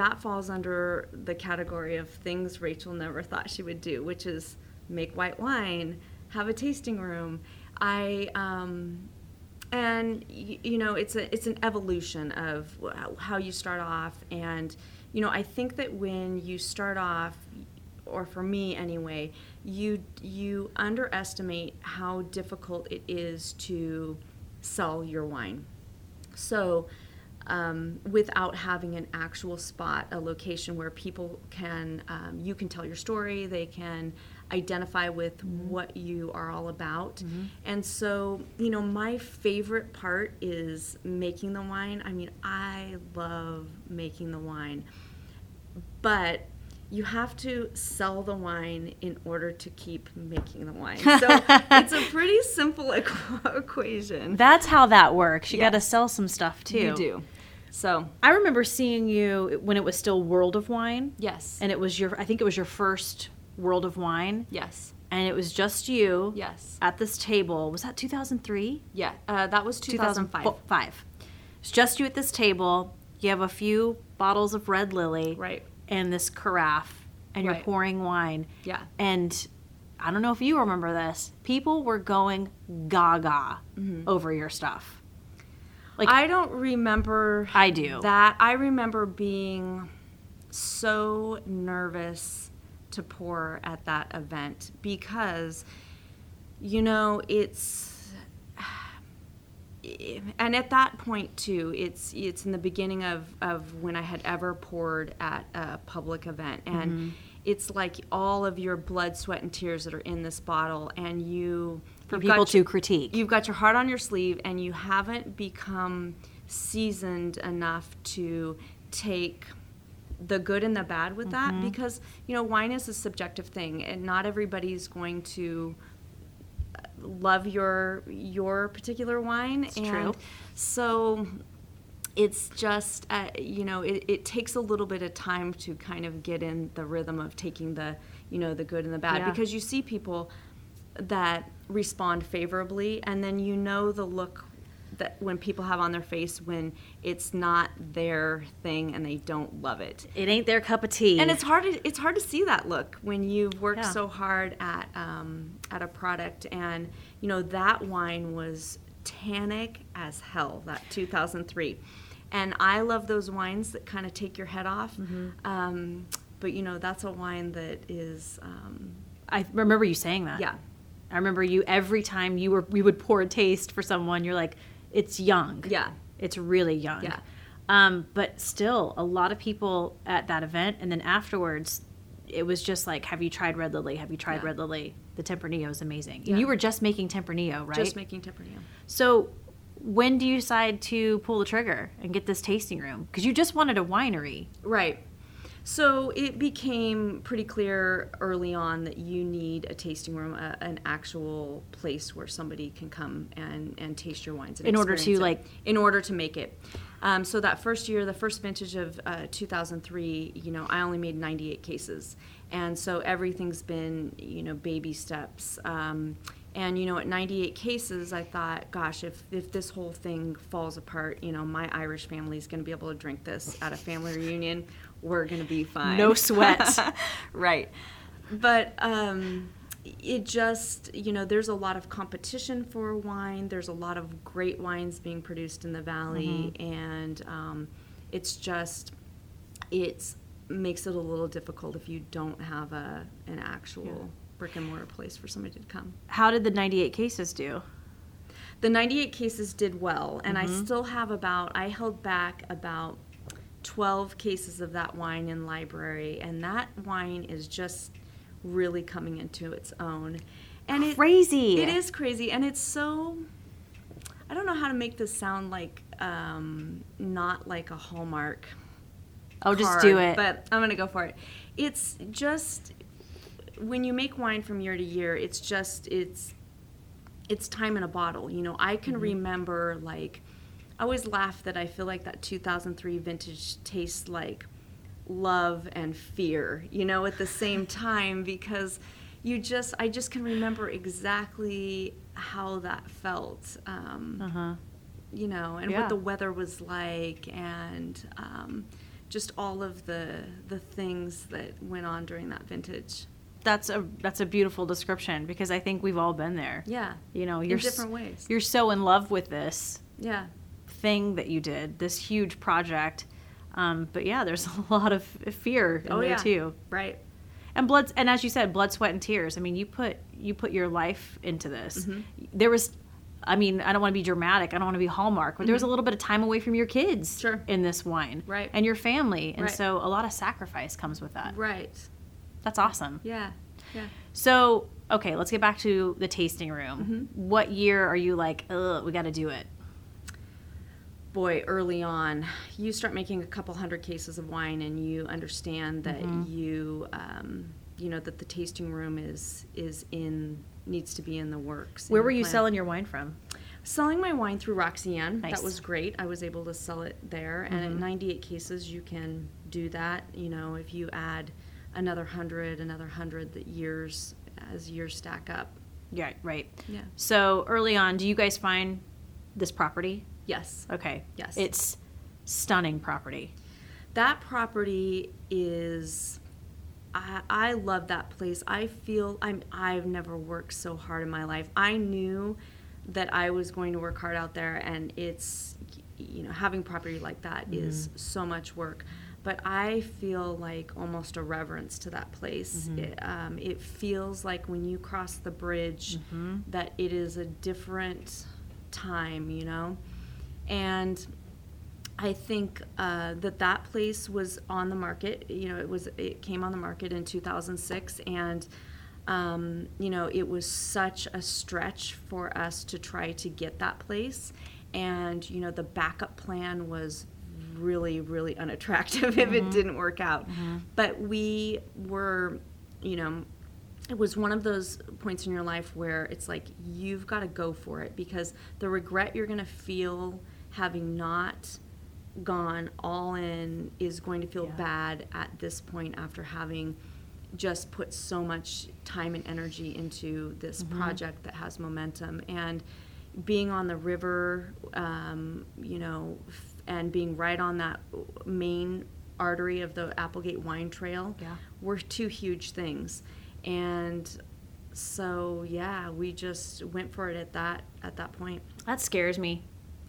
B: that falls under the category of things Rachel never thought she would do, which is make white wine, have a tasting room. I um, and y- you know it's a it's an evolution of wh- how you start off and you know i think that when you start off or for me anyway you you underestimate how difficult it is to sell your wine so um, without having an actual spot a location where people can um, you can tell your story they can identify with what you are all about and so you know my favorite part is making the wine i mean i love making the wine but you have to sell the wine in order to keep making the wine. So it's a pretty simple equ- equation.
A: That's how that works. You got
B: Yeah.
A: to sell some stuff too.
B: You do. So,
A: I remember seeing you when it was still World of Wine,
B: yes.
A: and it was your. I think it was your first World of Wine,
B: yes.
A: and it was just you
B: Yes.
A: at this table. Was that 2003?
B: Yeah. Uh, that was 2005.
A: Five. It's just you at this table. You have a few bottles of Red Lily,
B: Right.
A: and this carafe, and you're
B: Right.
A: pouring wine.
B: Yeah.
A: And I don't know if you remember this. People were going gaga over your stuff. Like-
B: Mm-hmm. I don't remember
A: I do.
B: that. I remember being so nervous to pour at that event because, you know, it's. And at that point too, it's it's in the beginning of, of when I had ever poured at a public event, and
A: Mm-hmm.
B: it's like all of your blood, sweat, and tears that are in this bottle, and you
A: for
B: you've got
A: people to
B: your-
A: critique.
B: You've got your heart on your sleeve and you haven't become seasoned enough to take the good and the bad with that
A: Mm-hmm.
B: because, you know, wine is a subjective thing and not everybody's going to love your your particular wine
A: It's
B: and
A: true.
B: so it's just uh, you know it, it takes a little bit of time to kind of get in the rhythm of taking the you know the good and the bad
A: Yeah.
B: because you see people that respond favorably and then you know the look that when people have on their face when it's not their thing and they don't love it
A: it ain't their cup of tea.
B: and it's hard to, it's hard to see that look when you've worked
A: Yeah.
B: so hard at um, at a product and you know that wine was tannic as hell that 2003 and i love those wines that kind of take your head off
A: Mm-hmm.
B: um, but you know that's a wine that is um,
A: I remember you saying that.
B: yeah
A: I remember you every time you were you would pour a taste for someone. You're like, it's young.
B: yeah
A: It's really young.
B: Yeah.
A: Um, but still, a lot of people at that event, and then afterwards, it was just like, have you tried Red Lily? Have you tried
B: Yeah.
A: Red Lily? The Tempranillo is amazing.
B: Yeah.
A: And you were just making Tempranillo, right?
B: just making tempranillo
A: so, when do you decide to pull the trigger and get this tasting room? Because you just wanted a winery.
B: Right. So it became pretty clear early on that you need a tasting room, a, an actual place where somebody can come and, and taste your wines. and
A: In order to,
B: experience it.
A: like-
B: in order to make it. Um, so that first year, the first vintage of uh, 2003, you know, I only made 98 cases, and so everything's been, you know, baby steps. Um, and you know, at 98 cases, I thought, gosh, if if this whole thing falls apart, you know, my Irish family's going to be able to drink this at a family reunion. We're going to be fine.
A: No sweat.
B: right. But um, it just, you know, there's a lot of competition for wine. There's a lot of great wines being produced in the valley, and um, it's just, it's makes it a little difficult if you don't have a an actual brick and mortar place for somebody to come.
A: How did the 98 cases do?
B: The 98 cases did well, and I still have about, I held back about 12 cases of that wine in library, and that wine is just really coming into its own. And it,
A: Crazy.
B: it is crazy, and it's so. I don't know how to make this sound like um, not like a hallmark.
A: Oh, just
B: card,
A: do it.
B: But I'm gonna go for it. It's just when you make wine from year to year, it's just it's it's time in a bottle. You know, I
A: Mm-hmm.
B: can remember like I always laugh that I feel like that 2003 vintage tastes like love and fear, you know, at the same time because you just I just can remember exactly how that felt. Um,
A: Uh-huh.
B: You know, and
A: Yeah.
B: what the weather was like, and um, just all of the the things that went on during that vintage.
A: That's a that's a beautiful description because I think we've all been there.
B: Yeah.
A: You know,
B: In
A: you're s-
B: different ways.
A: You're so in love with this
B: Yeah.
A: thing that you did, this huge project. Um, but yeah, there's a lot of fear in
B: oh
A: there
B: yeah.
A: too.
B: Right.
A: and blood and as you said blood sweat and tears i mean you put you put your life into this
B: Mm-hmm.
A: there was i mean i don't want to be dramatic i don't want to be hallmark but there was a little bit of time away from your kids
B: Mm-hmm. Sure.
A: in this wine
B: Right.
A: and your family and
B: Right.
A: so a lot of sacrifice comes with
B: Uh,
A: that
B: Right.
A: that's awesome
B: Yeah. Yeah.
A: so okay let's get back to the tasting room
B: Mm-hmm.
A: what year are you like Ugh, we got to do it
B: boy, early on, you start making a couple hundred cases of wine, and you understand that you, um, you know, that the tasting room is is in needs to be in the works. in
A: where
B: the
A: were you
B: plan.
A: selling your wine from
B: Selling my wine through Roxanne.
A: Nice.
B: That was great. I was able to sell it there, and at 98 cases, you can do that. You know, if you add another hundred, another hundred, that years as years stack up.
A: yeah right
B: Yeah.
A: so early on do you guys find this property
B: Yes.
A: okay
B: Yes.
A: it's stunning property
B: that property is I, I love that place i feel i'm i've never worked so hard in my life i knew that i was going to work hard out there and it's you know having property like that is so much work but i feel like almost a reverence to that place it, um, it feels like when you cross the bridge that it is a different time you know and I think uh, that that place was on the market. You know, it was it came on the market in 2006, and um, you know, it was such a stretch for us to try to get that place. And you know, the backup plan was really, really unattractive if it didn't work out. But we were, you know, it was one of those points in your life where it's like you've got to go for it because the regret you're going to feel having not gone all in is going to feel
A: Yeah.
B: bad at this point after having just put so much time and energy into this
A: Mm-hmm.
B: project that has momentum and being on the river um, you know f- and being right on that main artery of the applegate wine trail
A: Yeah.
B: were two huge things and so yeah we just went for it at that at that point
A: That scares me.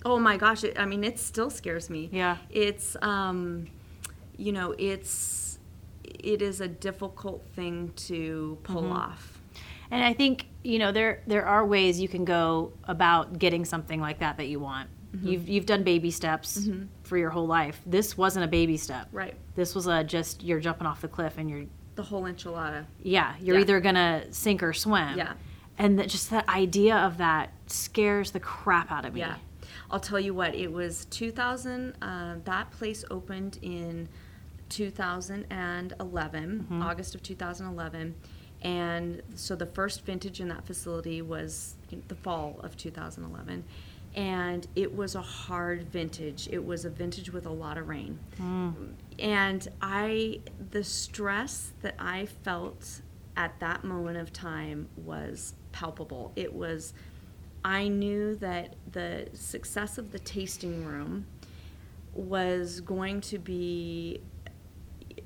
B: oh my gosh it, i mean it still scares me
A: Yeah.
B: it's um you know it's it is a difficult thing to pull off
A: And I think, you know, there there are ways you can go about getting something like that that you want.
B: Mm-hmm.
A: You've you've done baby steps for your whole life. This wasn't a baby step.
B: right
A: This was a just you're jumping off the cliff and you're
B: the whole enchilada
A: yeah, you're
B: Yeah.
A: either going to sink or swim.
B: Yeah.
A: And that just that idea of that scares the crap out of me.
B: Yeah. I'll tell you what, it was 2000, uh, that place opened in 2011, August of 2011. And so the first vintage in that facility was you know, the fall of 2011. And it was a hard vintage. It was a vintage with a lot of rain.
A: Mm,
B: And I, the stress that I felt at that moment of time was palpable. It was, I knew that the success of the tasting room was going to be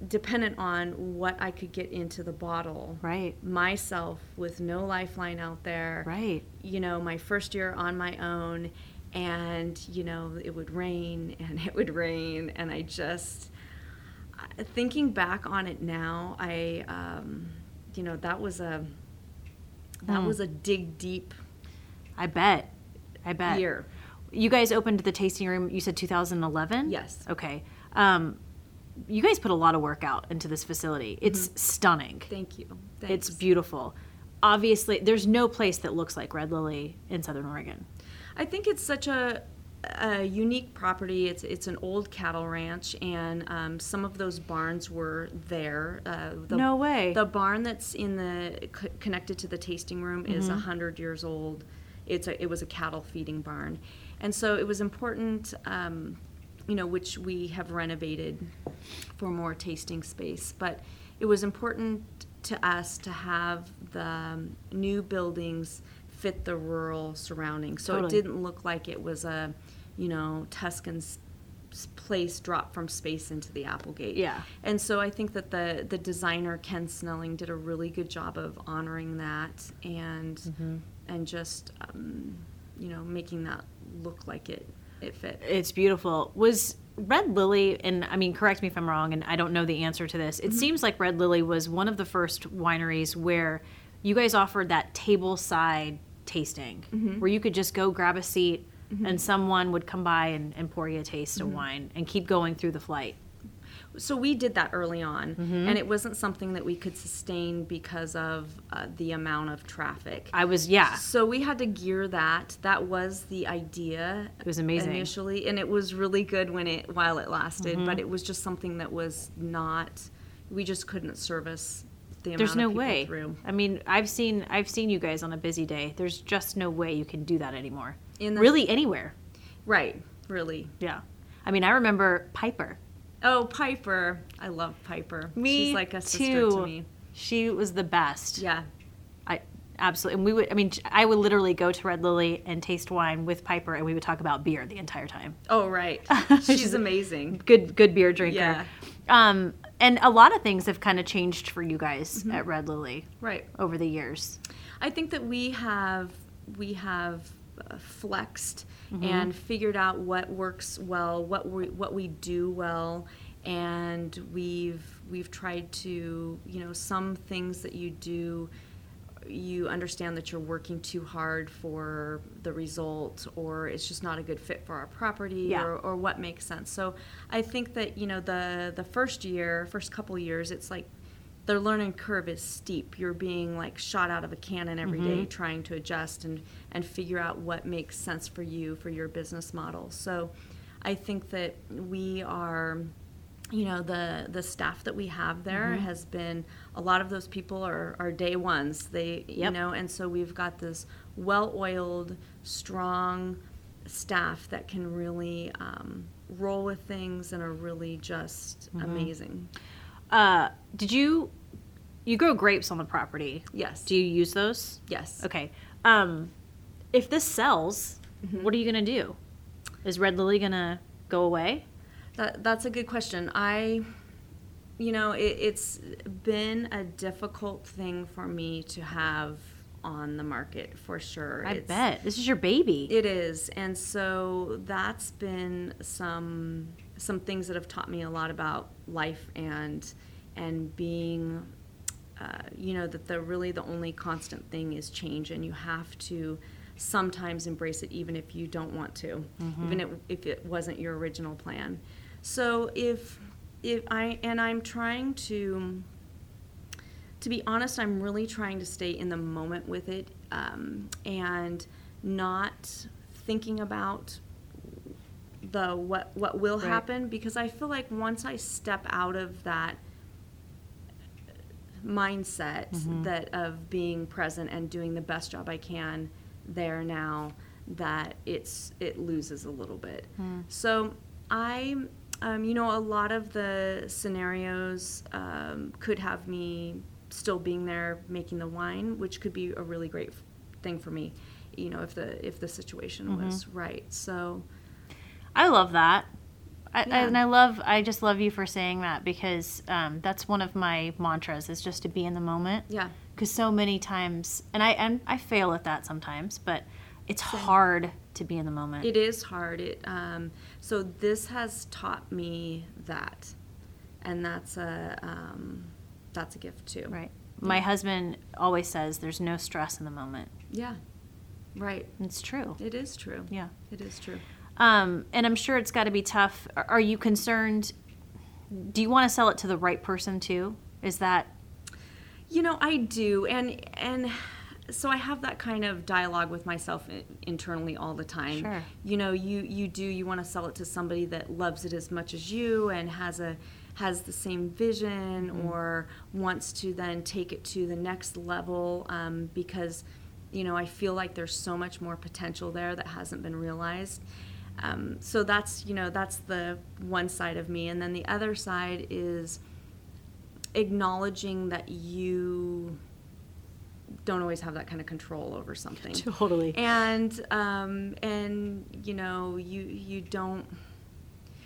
B: dependent on what I could get into the bottle.
A: Right.
B: Myself with no lifeline out there
A: Right.
B: you know, my first year on my own, and you know, it would rain and it would rain, and I just I- thinking back on it now, I, um, you know, that was a
A: Hmm.
B: that was a dig deep
A: I bet. I bet.
B: year.
A: You guys opened the tasting room, you said 2011?
B: Yes.
A: Okay. Um, you guys put a lot of work out into this facility. It's stunning.
B: Mm-hmm. Thank you. Thanks.
A: It's beautiful. Obviously, there's no place that looks like Red Lily in Southern Oregon.
B: I think it's such a, a unique property. It's it's an old cattle ranch, and um, some of those barns were there. Uh, the,
A: No way.
B: The barn that's in the c- connected to the tasting room is
A: Mm-hmm.
B: a hundred years old. It's a, it was a cattle feeding barn, and so it was important. Um, you know, which we have renovated for more tasting space, but it was important to us to have the um, new buildings fit the rural surroundings. So it
A: Totally.
B: didn't look like it was a, you know, Tuscan's place dropped from space into the Applegate.
A: Yeah.
B: And so I think that the the designer Ken Snelling did a really good job of honoring that and and just um, you know making that look like it it fit.
A: It's beautiful. Was Red Lily, and I mean, correct me if I'm wrong, and I don't know the answer to this.
B: Mm-hmm.
A: It seems like Red Lily was one of the first wineries where you guys offered that table side tasting,
B: Mm-hmm.
A: where you could just go grab a seat and someone would come by and, and pour you a taste
B: Mm-hmm.
A: of wine and keep going through the flight.
B: so we did that early on and it wasn't something that we could sustain because of uh, the amount of traffic
A: I was, yeah.
B: so we had to gear that that was the idea
A: It was amazing.
B: initially and it was really good when it while it lasted but
A: Mm-hmm.
B: it was just something that was not we just couldn't service the
A: There's
B: amount
A: no
B: of people
A: way.
B: through
A: I mean, I've seen I've seen you guys on a busy day. There's just no way you can do that anymore.
B: In the-
A: really anywhere.
B: right really
A: Yeah. I mean, I remember Piper.
B: oh piper i love piper
A: Me
B: she's like a sister
A: too.
B: to me
A: She was the best.
B: yeah
A: I absolutely. And we would. I mean, I would literally go to Red Lily and taste wine with Piper, and we would talk about beer the entire time.
B: oh right she's amazing
A: Good, good beer drinker.
B: Yeah.
A: Um, and a lot of things have kind of changed for you guys at Red Lily
B: right
A: over the years.
B: I think that we have we have uh, flexed and figured out what works well, what we what we do well, and we've we've tried to you know some things that you do you understand that you're working too hard for the result or it's just not a good fit for our property
A: Yeah.
B: or, or what makes sense so i think that you know the the first year first couple years it's like their learning curve is steep. You're being like shot out of a cannon every day, trying to adjust and, and figure out what makes sense for you for your business model. So I think that we are you know the the staff that we have there has been a lot of those people are, are day ones they you
A: Yep.
B: know and so we've got this well-oiled strong staff that can really um, roll with things and are really just
A: Mm-hmm.
B: amazing
A: Uh, did you? You grow grapes on the property.
B: yes
A: Do you use those?
B: yes
A: Okay. Um, if this sells, what are you gonna do? Is Red Lily gonna go away?
B: That, that's a good question. I, you know, it, it's been a difficult thing for me to have on the market for sure.
A: I
B: It's-
A: bet this is your baby.
B: it is, and so that's been some some things that have taught me a lot about life and and being. Uh, you know that the really the only constant thing is change, and you have to sometimes embrace it, even if you don't want to, even if, if it wasn't your original plan. So if if I and I'm trying to to be honest, I'm really trying to stay in the moment with it um, and not thinking about the what what will
A: Right.
B: happen because I feel like once I step out of that mindset that of being present and doing the best job I can there now that it's it loses a little bit. So I um, you know a lot of the scenarios um, could have me still being there making the wine, which could be a really great f- thing for me. You know if the if the situation
A: Mm-hmm.
B: was right. So
A: I love that. I,
B: Yeah.
A: And I love, I just love you for saying that because um, that's one of my mantras is just to be in the moment.
B: yeah.
A: Because so many times, and I and I fail at that sometimes, but it's hard to be in the moment.
B: It is hard. It um, so this has taught me that, and that's a um, that's a gift too.
A: right. My husband always says there's no stress in the moment.
B: Yeah. Right.
A: And It's true.
B: It is true.
A: Yeah.
B: It is true.
A: Um, and I'm sure it's got to be tough. Are, are you concerned? Do you want to sell it to the right person too? Is that
B: You know, I do, and and so I have that kind of dialogue with myself i- internally all the time.
A: Sure.
B: You know, you you do you want to sell it to somebody that loves it as much as you and has a has the same vision or wants to then take it to the next level um, because you know I feel like there's so much more potential there that hasn't been realized. Um, so that's you know that's the one side of me, and then the other side is acknowledging that you don't always have that kind of control over something.
A: Totally.
B: And um, and you know you you don't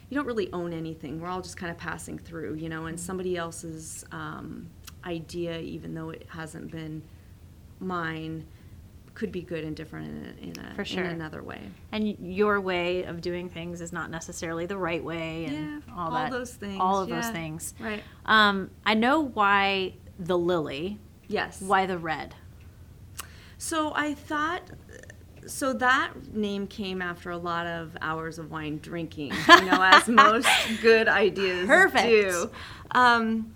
B: you don't really own anything. We're all just kind of passing through, you know. And
A: Mm-hmm.
B: somebody else's um, idea, even though it hasn't been mine, could be good and different in, a, in, a,
A: For sure.
B: in another way.
A: And your way of doing things is not necessarily the right way, and
B: Yeah,
A: all
B: all
A: that,
B: those things,
A: all of those
B: yeah.
A: things.
B: Right.
A: Um, I know why the lily,
B: Yes.
A: why the red.
B: So I thought, so that name came after a lot of hours of wine drinking, you know, as most good ideas
A: Perfect.
B: do. Um,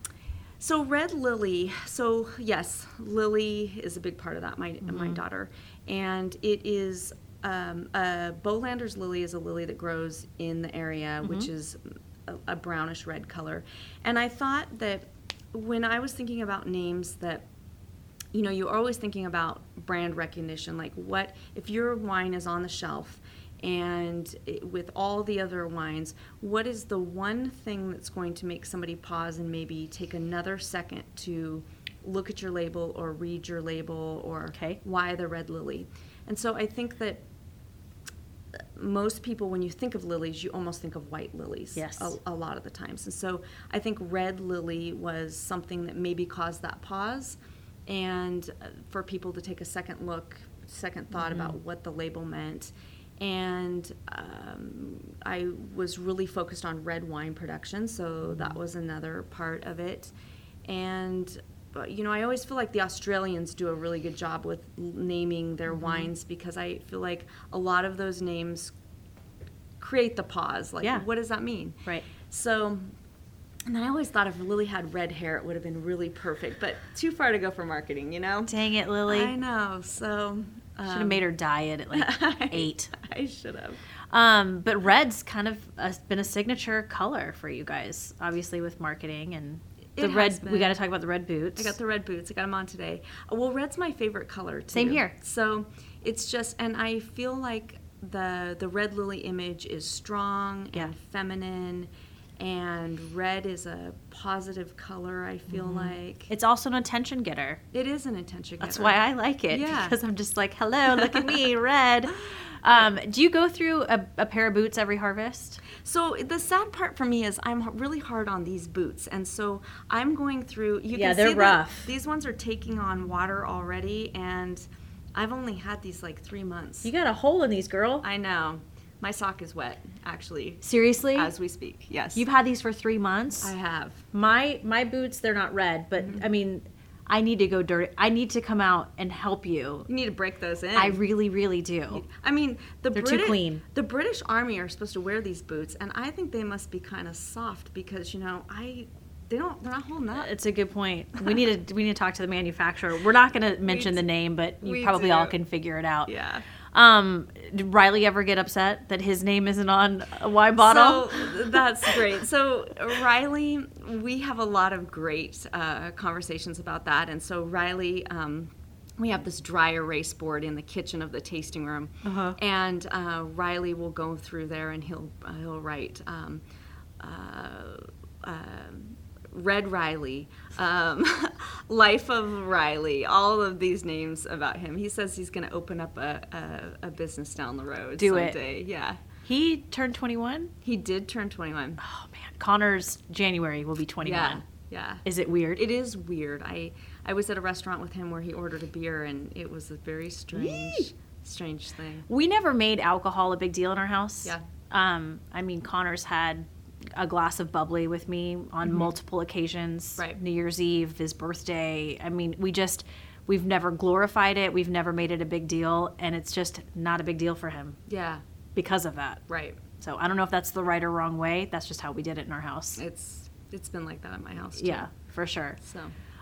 B: so red lily. So yes, lily is a big part of that. My my daughter, and it is. Um, a Bowlander's lily is a lily that grows in the area, which is a, a brownish red color. And I thought that when I was thinking about names that you know you're always thinking about brand recognition like what if your wine is on the shelf and it- with all the other wines what is the one thing that's going to make somebody pause and maybe take another second to look at your label or read your label or
A: Okay.
B: why the red lily and so i think that most people, when you think of lilies, you almost think of white lilies.
A: Yes.
B: A, a lot of the times. And so I think red lily was something that maybe caused that pause and uh, for people to take a second look, second thought about what the label meant. And um, I was really focused on red wine production, so that was another part of it. And but, you know, I always feel like the Australians do a really good job with l- naming their wines because I feel like a lot of those names create the pause. Like,
A: Yeah.
B: what does that mean?
A: Right.
B: So, and then I always thought if Lily had red hair, it would have been really perfect, but too far to go for marketing, you know?
A: Dang it, Lily.
B: I know. So, um,
A: Should have made her dye it at like eight.
B: I should have.
A: Um, but red's kind of a, been a signature color for you guys, obviously with marketing and the
B: It
A: red.
B: has
A: We
B: been.
A: got to talk about the red boots.
B: I got the red boots. I got them on today. Well, red's my favorite color too.
A: Same here.
B: So it's just, and I feel like the the red lily image is strong
A: Yeah.
B: and feminine, and red is a positive color. I feel
A: Mm-hmm.
B: like
A: it's also an attention getter.
B: it is an attention.
A: That's
B: getter.
A: why I like it
B: Yeah.
A: because I'm just like, hello, look at me, red. Um, do you go through a, a pair of boots every harvest?
B: So the sad part for me is I'm h- really hard on these boots, and so I'm going through. You
A: Yeah,
B: can
A: they're
B: see that
A: rough.
B: These ones are taking on water already, and I've only had these like three months.
A: You got a hole in these, girl.
B: I know. My sock is wet, actually,
A: Seriously,
B: as we speak. Yes.
A: you've had these for three months.
B: I have.
A: my my boots, they're not red, but I mean, I need to go dirty. I need to come out and help you.
B: You need to break those in.
A: I really, really do.
B: I mean, the
A: They're too
B: British,
A: clean.
B: the British Army are supposed to wear these boots, and I think they must be kind of soft because you know I, they don't, they're not holding up.
A: It's a good point. We need to we need to talk to the manufacturer. We're not going to mention the name, but you
B: we
A: probably all
B: do.
A: can figure it out.
B: Yeah.
A: Um, did Riley ever get upset that his name isn't on a wine bottle?
B: So that's great. So Riley, we have a lot of great uh, conversations about that, and so Riley. Um, we have this dry erase board in the kitchen of the tasting room,
A: Uh-huh.
B: and uh, Riley will go through there and he'll uh, he'll write um, uh, um Red Riley, um, Life of Riley, all of these names about him. He says he's going to open up a, a, a business down the road
A: Do it.
B: someday. Yeah,
A: he turned 21.
B: he did turn 21.
A: Oh man, Connor's January will be 21.
B: Yeah, yeah.
A: Is it weird?
B: It is weird. I I was at a restaurant with him where he ordered a beer, and it was a very strange, strange thing.
A: we never made alcohol a big deal in our house.
B: Yeah.
A: Um, I mean, Connor's had a glass of bubbly with me on multiple occasions.
B: Mm-hmm. Right.
A: New Year's Eve, his birthday. I mean, we just we've never glorified it. We've never made it a big deal, and it's just not a big deal for him
B: Yeah,
A: because of that.
B: right.
A: So I don't know if that's the right or wrong way. That's just how we did it in our house.
B: It's it's been like that at my house. Too.
A: Yeah, for sure.
B: So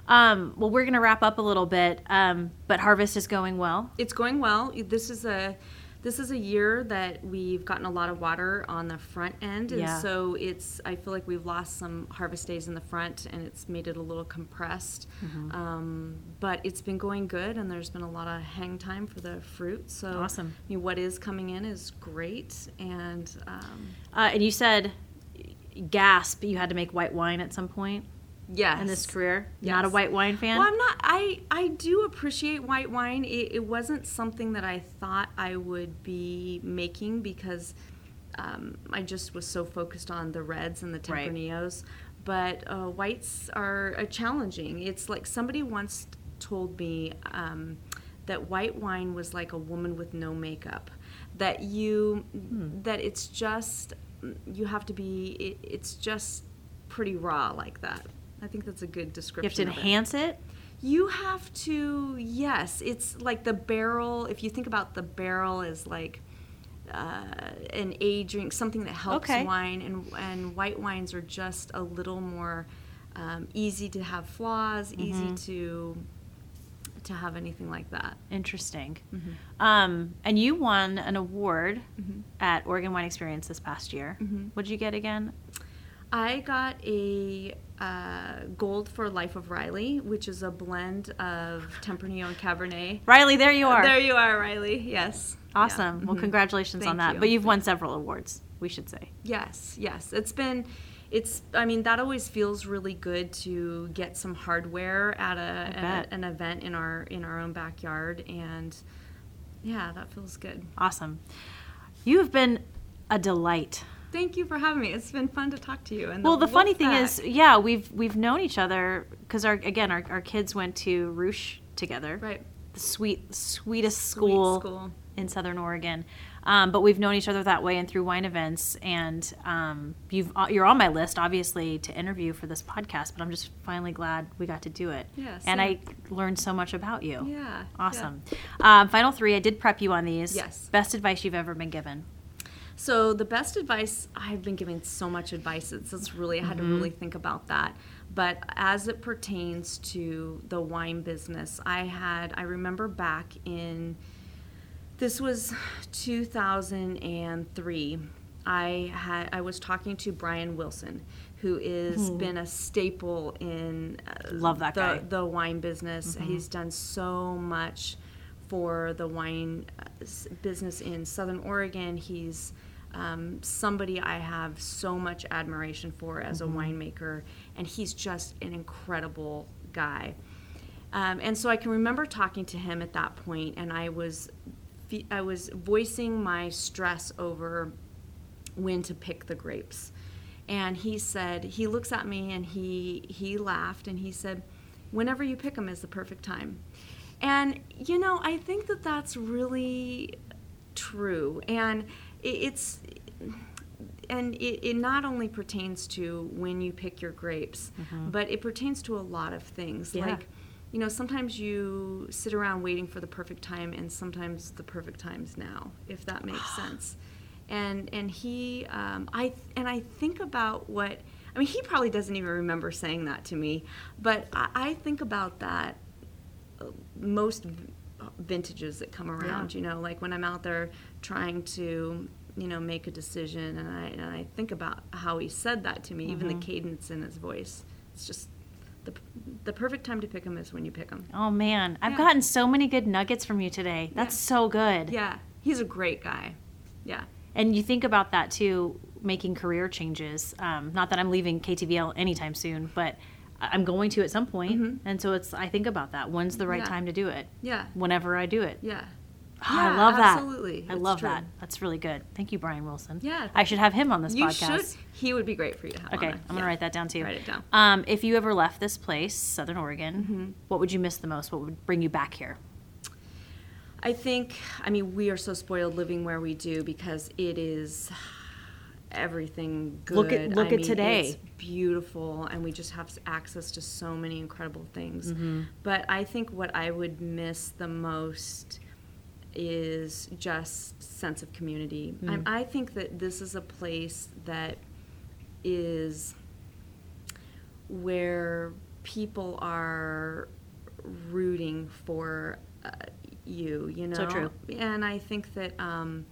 A: Um, well, we're going to wrap up a little bit, um, but harvest is going well.
B: it's going well. This is a this is a year that we've gotten a lot of water on the front end, and
A: Yeah.
B: so it's I feel like we've lost some harvest days in the front, and it's made it a little compressed.
A: Mm-hmm.
B: Um, but it's been going good, and there's been a lot of hang time for the fruit. So
A: Awesome.
B: I mean, what is coming in is great, and um,
A: Uh, and you said, gasp, you had to make white wine at some point.
B: Yes.
A: in this career? Not a
B: Yes.
A: white wine fan?
B: Well, I'm not. I I do appreciate white wine. It, it wasn't something that I thought I would be making because um, I just was so focused on the reds and the
A: Right.
B: tempranillos. But uh, whites are uh, challenging. It's like somebody once told me um, that white wine was like a woman with no makeup. That you
A: Hmm.
B: that it's just you have to be. It, it's just pretty raw like that. I think that's a good
A: you have to
B: description. of it.
A: enhance it?
B: You have to, yes. It's like the barrel. If you think about the barrel as like uh, an aged drink, something that helps
A: Okay.
B: wine, and and white wines are just a little more um, easy to have flaws, easy to to have anything like that.
A: Interesting. Um, and you won an award
B: Mm-hmm.
A: at Oregon Wine Experience this past year. What did you get again?
B: I got a uh, gold for Life of Riley, which is a blend of Tempranillo and Cabernet. Uh,
A: Riley, there you are.
B: There you are, Riley. Yes. Yeah.
A: awesome. Well,
B: Mhm.
A: congratulations on
B: Thank
A: that.
B: you.
A: But you've won several awards, we should say.
B: Yes, yes. It's been it's I mean that always feels really good to get some hardware at a,
A: I
B: at
A: bet.
B: an event in our in our own backyard and yeah, that feels good.
A: Awesome. You have been a delight.
B: Thank you for having me. It's been fun to talk to you. And
A: Well, the funny
B: Wolfpack-
A: thing is, yeah, we've we've known each other because our again our, our kids went to Roosh together,
B: right?
A: the sweet sweetest
B: sweet
A: school,
B: school.
A: in Southern Oregon. Um, but we've known each other that way and through wine events. And um, you've uh, you're on my list, obviously, to interview for this podcast. But I'm just finally glad we got to do it.
B: Yeah,
A: and I
B: same.
A: learned so much about you.
B: Yeah.
A: Awesome. Um, final three. I did prep you on these.
B: Yes.
A: Best advice you've ever been given.
B: So the best advice I've been giving so much advice. It's, it's really I had
A: Mm-hmm.
B: to really think about that. But as it pertains to the wine business, I had I remember back in this was 2003. I had I was talking to Brian Wilson, who is been a staple in uh,
A: Hmm. Love that
B: the,
A: guy.
B: the wine business. He's done so much for the wine uh, s- business in Southern Oregon. He's um, somebody I have so much admiration for as a winemaker, and he's just an incredible guy. Um, and so I can remember talking to him at that point, and I was, fe- I was voicing my stress over when to pick the grapes. And he said, he looks at me and he he laughed and he said, "Whenever you pick them is the perfect time." And you know, I think that that's really true. And i- it's and it, it not only pertains to when you pick your grapes, but it pertains to a lot of things.
A: Yeah.
B: Like, you know, sometimes you sit around waiting for the perfect time, and sometimes the perfect time's now, if that makes
A: Ah.
B: sense. And and he, um, I and I think about what I mean. He probably doesn't even remember saying that to me, but I, I think about that uh, most v- vintages that come around. You know, like when I'm out there trying to, you know, make a decision, and I and I think about how he said that to me,
A: Mm-hmm.
B: even the cadence in his voice. It's just the p- the perfect time to pick them is when you pick them.
A: Oh man, I've
B: Yeah.
A: gotten so many good nuggets from you today. That's so good.
B: Yeah, he's a great guy. Yeah.
A: And you think about that too, making career changes. Um, not that I'm leaving KTVL anytime soon, but I- I'm going to at some point. And so it's I think about that. When's the right
B: Mm-hmm. Yeah.
A: time to do it?
B: Yeah.
A: Whenever I do it.
B: Yeah.
A: Ah, I
B: Yeah,
A: love that.
B: absolutely.
A: I
B: It's
A: love
B: true.
A: that. That's really good. Thank you, Brian Wilson.
B: Yeah,
A: I
B: thank
A: should have him on this
B: you
A: podcast.
B: should. He would be great for you to have.
A: Okay,
B: on
A: I'm
B: there.
A: gonna
B: Yeah.
A: write that down too.
B: Write it down. Mm-hmm.
A: Um, if you ever left this place, Southern Oregon, what would you miss the most? What would bring you back here?
B: I think, I mean, we are so spoiled living where we do because it is everything good.
A: Look at- look
B: I
A: at
B: mean,
A: today.
B: It's beautiful, and we just have s- access to so many incredible things.
A: Mm-hmm.
B: But I think what I would miss the most is just sense of community.
A: Mm.
B: I, I think that this is a place that is where people are rooting for uh, you, you know?
A: So true.
B: And I think that um,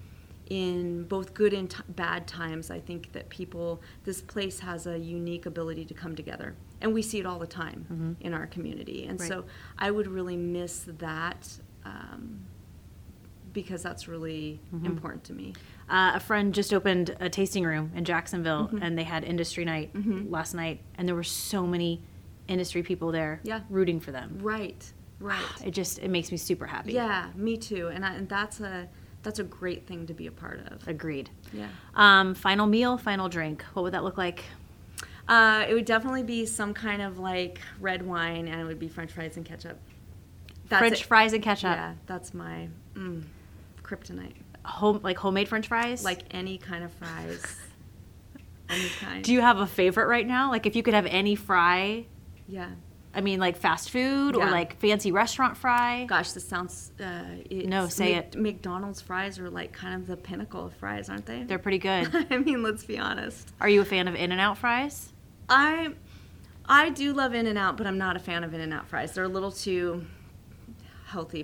B: in both good and t- bad times, I think that people, this place has a unique ability to come together. And we see it all the time in our community. And
A: Mm-hmm. Right.
B: so I would really miss that um, because that's really
A: Mm-hmm.
B: important to me.
A: Uh, a friend just opened
B: Mm-hmm.
A: a tasting room in Jacksonville, and they had industry night last night, and there were so many industry people there
B: Yeah.
A: rooting for them.
B: Right, right.
A: It just it makes me super happy.
B: Yeah, me too. And, I, and that's a that's a great thing to be a part of.
A: Agreed.
B: Yeah.
A: Um, final meal, final drink. What would that look like?
B: Uh, it would definitely be some kind of like red wine, and it would be French fries and ketchup. That's
A: French
B: it.
A: fries and ketchup.
B: Yeah, that's my mm, kryptonite.
A: Home like homemade French fries.
B: Like any kind of fries, any kind.
A: do you have a favorite right now? Like if you could have any fry,
B: yeah.
A: I mean like fast food or
B: Yeah.
A: like fancy restaurant fry.
B: Gosh, this sounds. Uh, it's
A: No, say
B: Mc- McDonald's fries are like kind of the pinnacle of fries, aren't they?
A: They're pretty good.
B: I mean, let's be honest.
A: Are you a fan of In-N-Out fries?
B: I I do love In and Out, but I'm not a fan of In and Out fries. They're a little too healthy,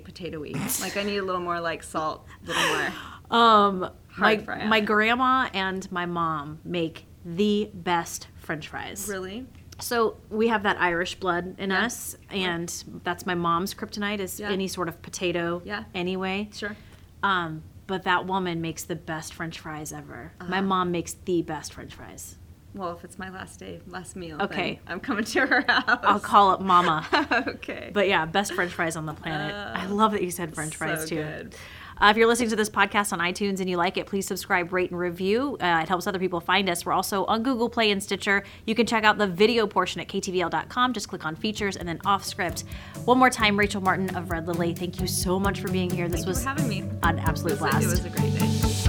B: potatoy. like I need a little more like salt, a little more.
A: Um, my,
B: Hard fry.
A: my grandma and my mom make the best french fries.
B: Really?
A: So we have that Irish blood in
B: Yeah.
A: us, and that's my mom's kryptonite is
B: Yeah.
A: any sort of potato
B: Yeah.
A: anyway.
B: Sure.
A: Um, but that woman makes the best french fries ever.
B: Uh-huh.
A: My mom makes the best french fries.
B: Well, if it's my last day, last meal, then
A: Okay.
B: I'm coming to her house.
A: I'll call up mama.
B: okay.
A: But yeah, best french fries on the planet. I love that you said french fries
B: Uh, so
A: too.
B: good.
A: Uh, if you're listening to this podcast on iTunes and you like it, please subscribe, rate, and review. Uh, it helps other people find us. We're also on Google Play and Stitcher. You can check out the video portion at ktvl.com. Just click on features and then off script. One more time, Rachel Martin of Red Lily, thank you so much for being here. This
B: Thanks
A: was
B: for having me.
A: an absolute
B: It was
A: blast.
B: a great day.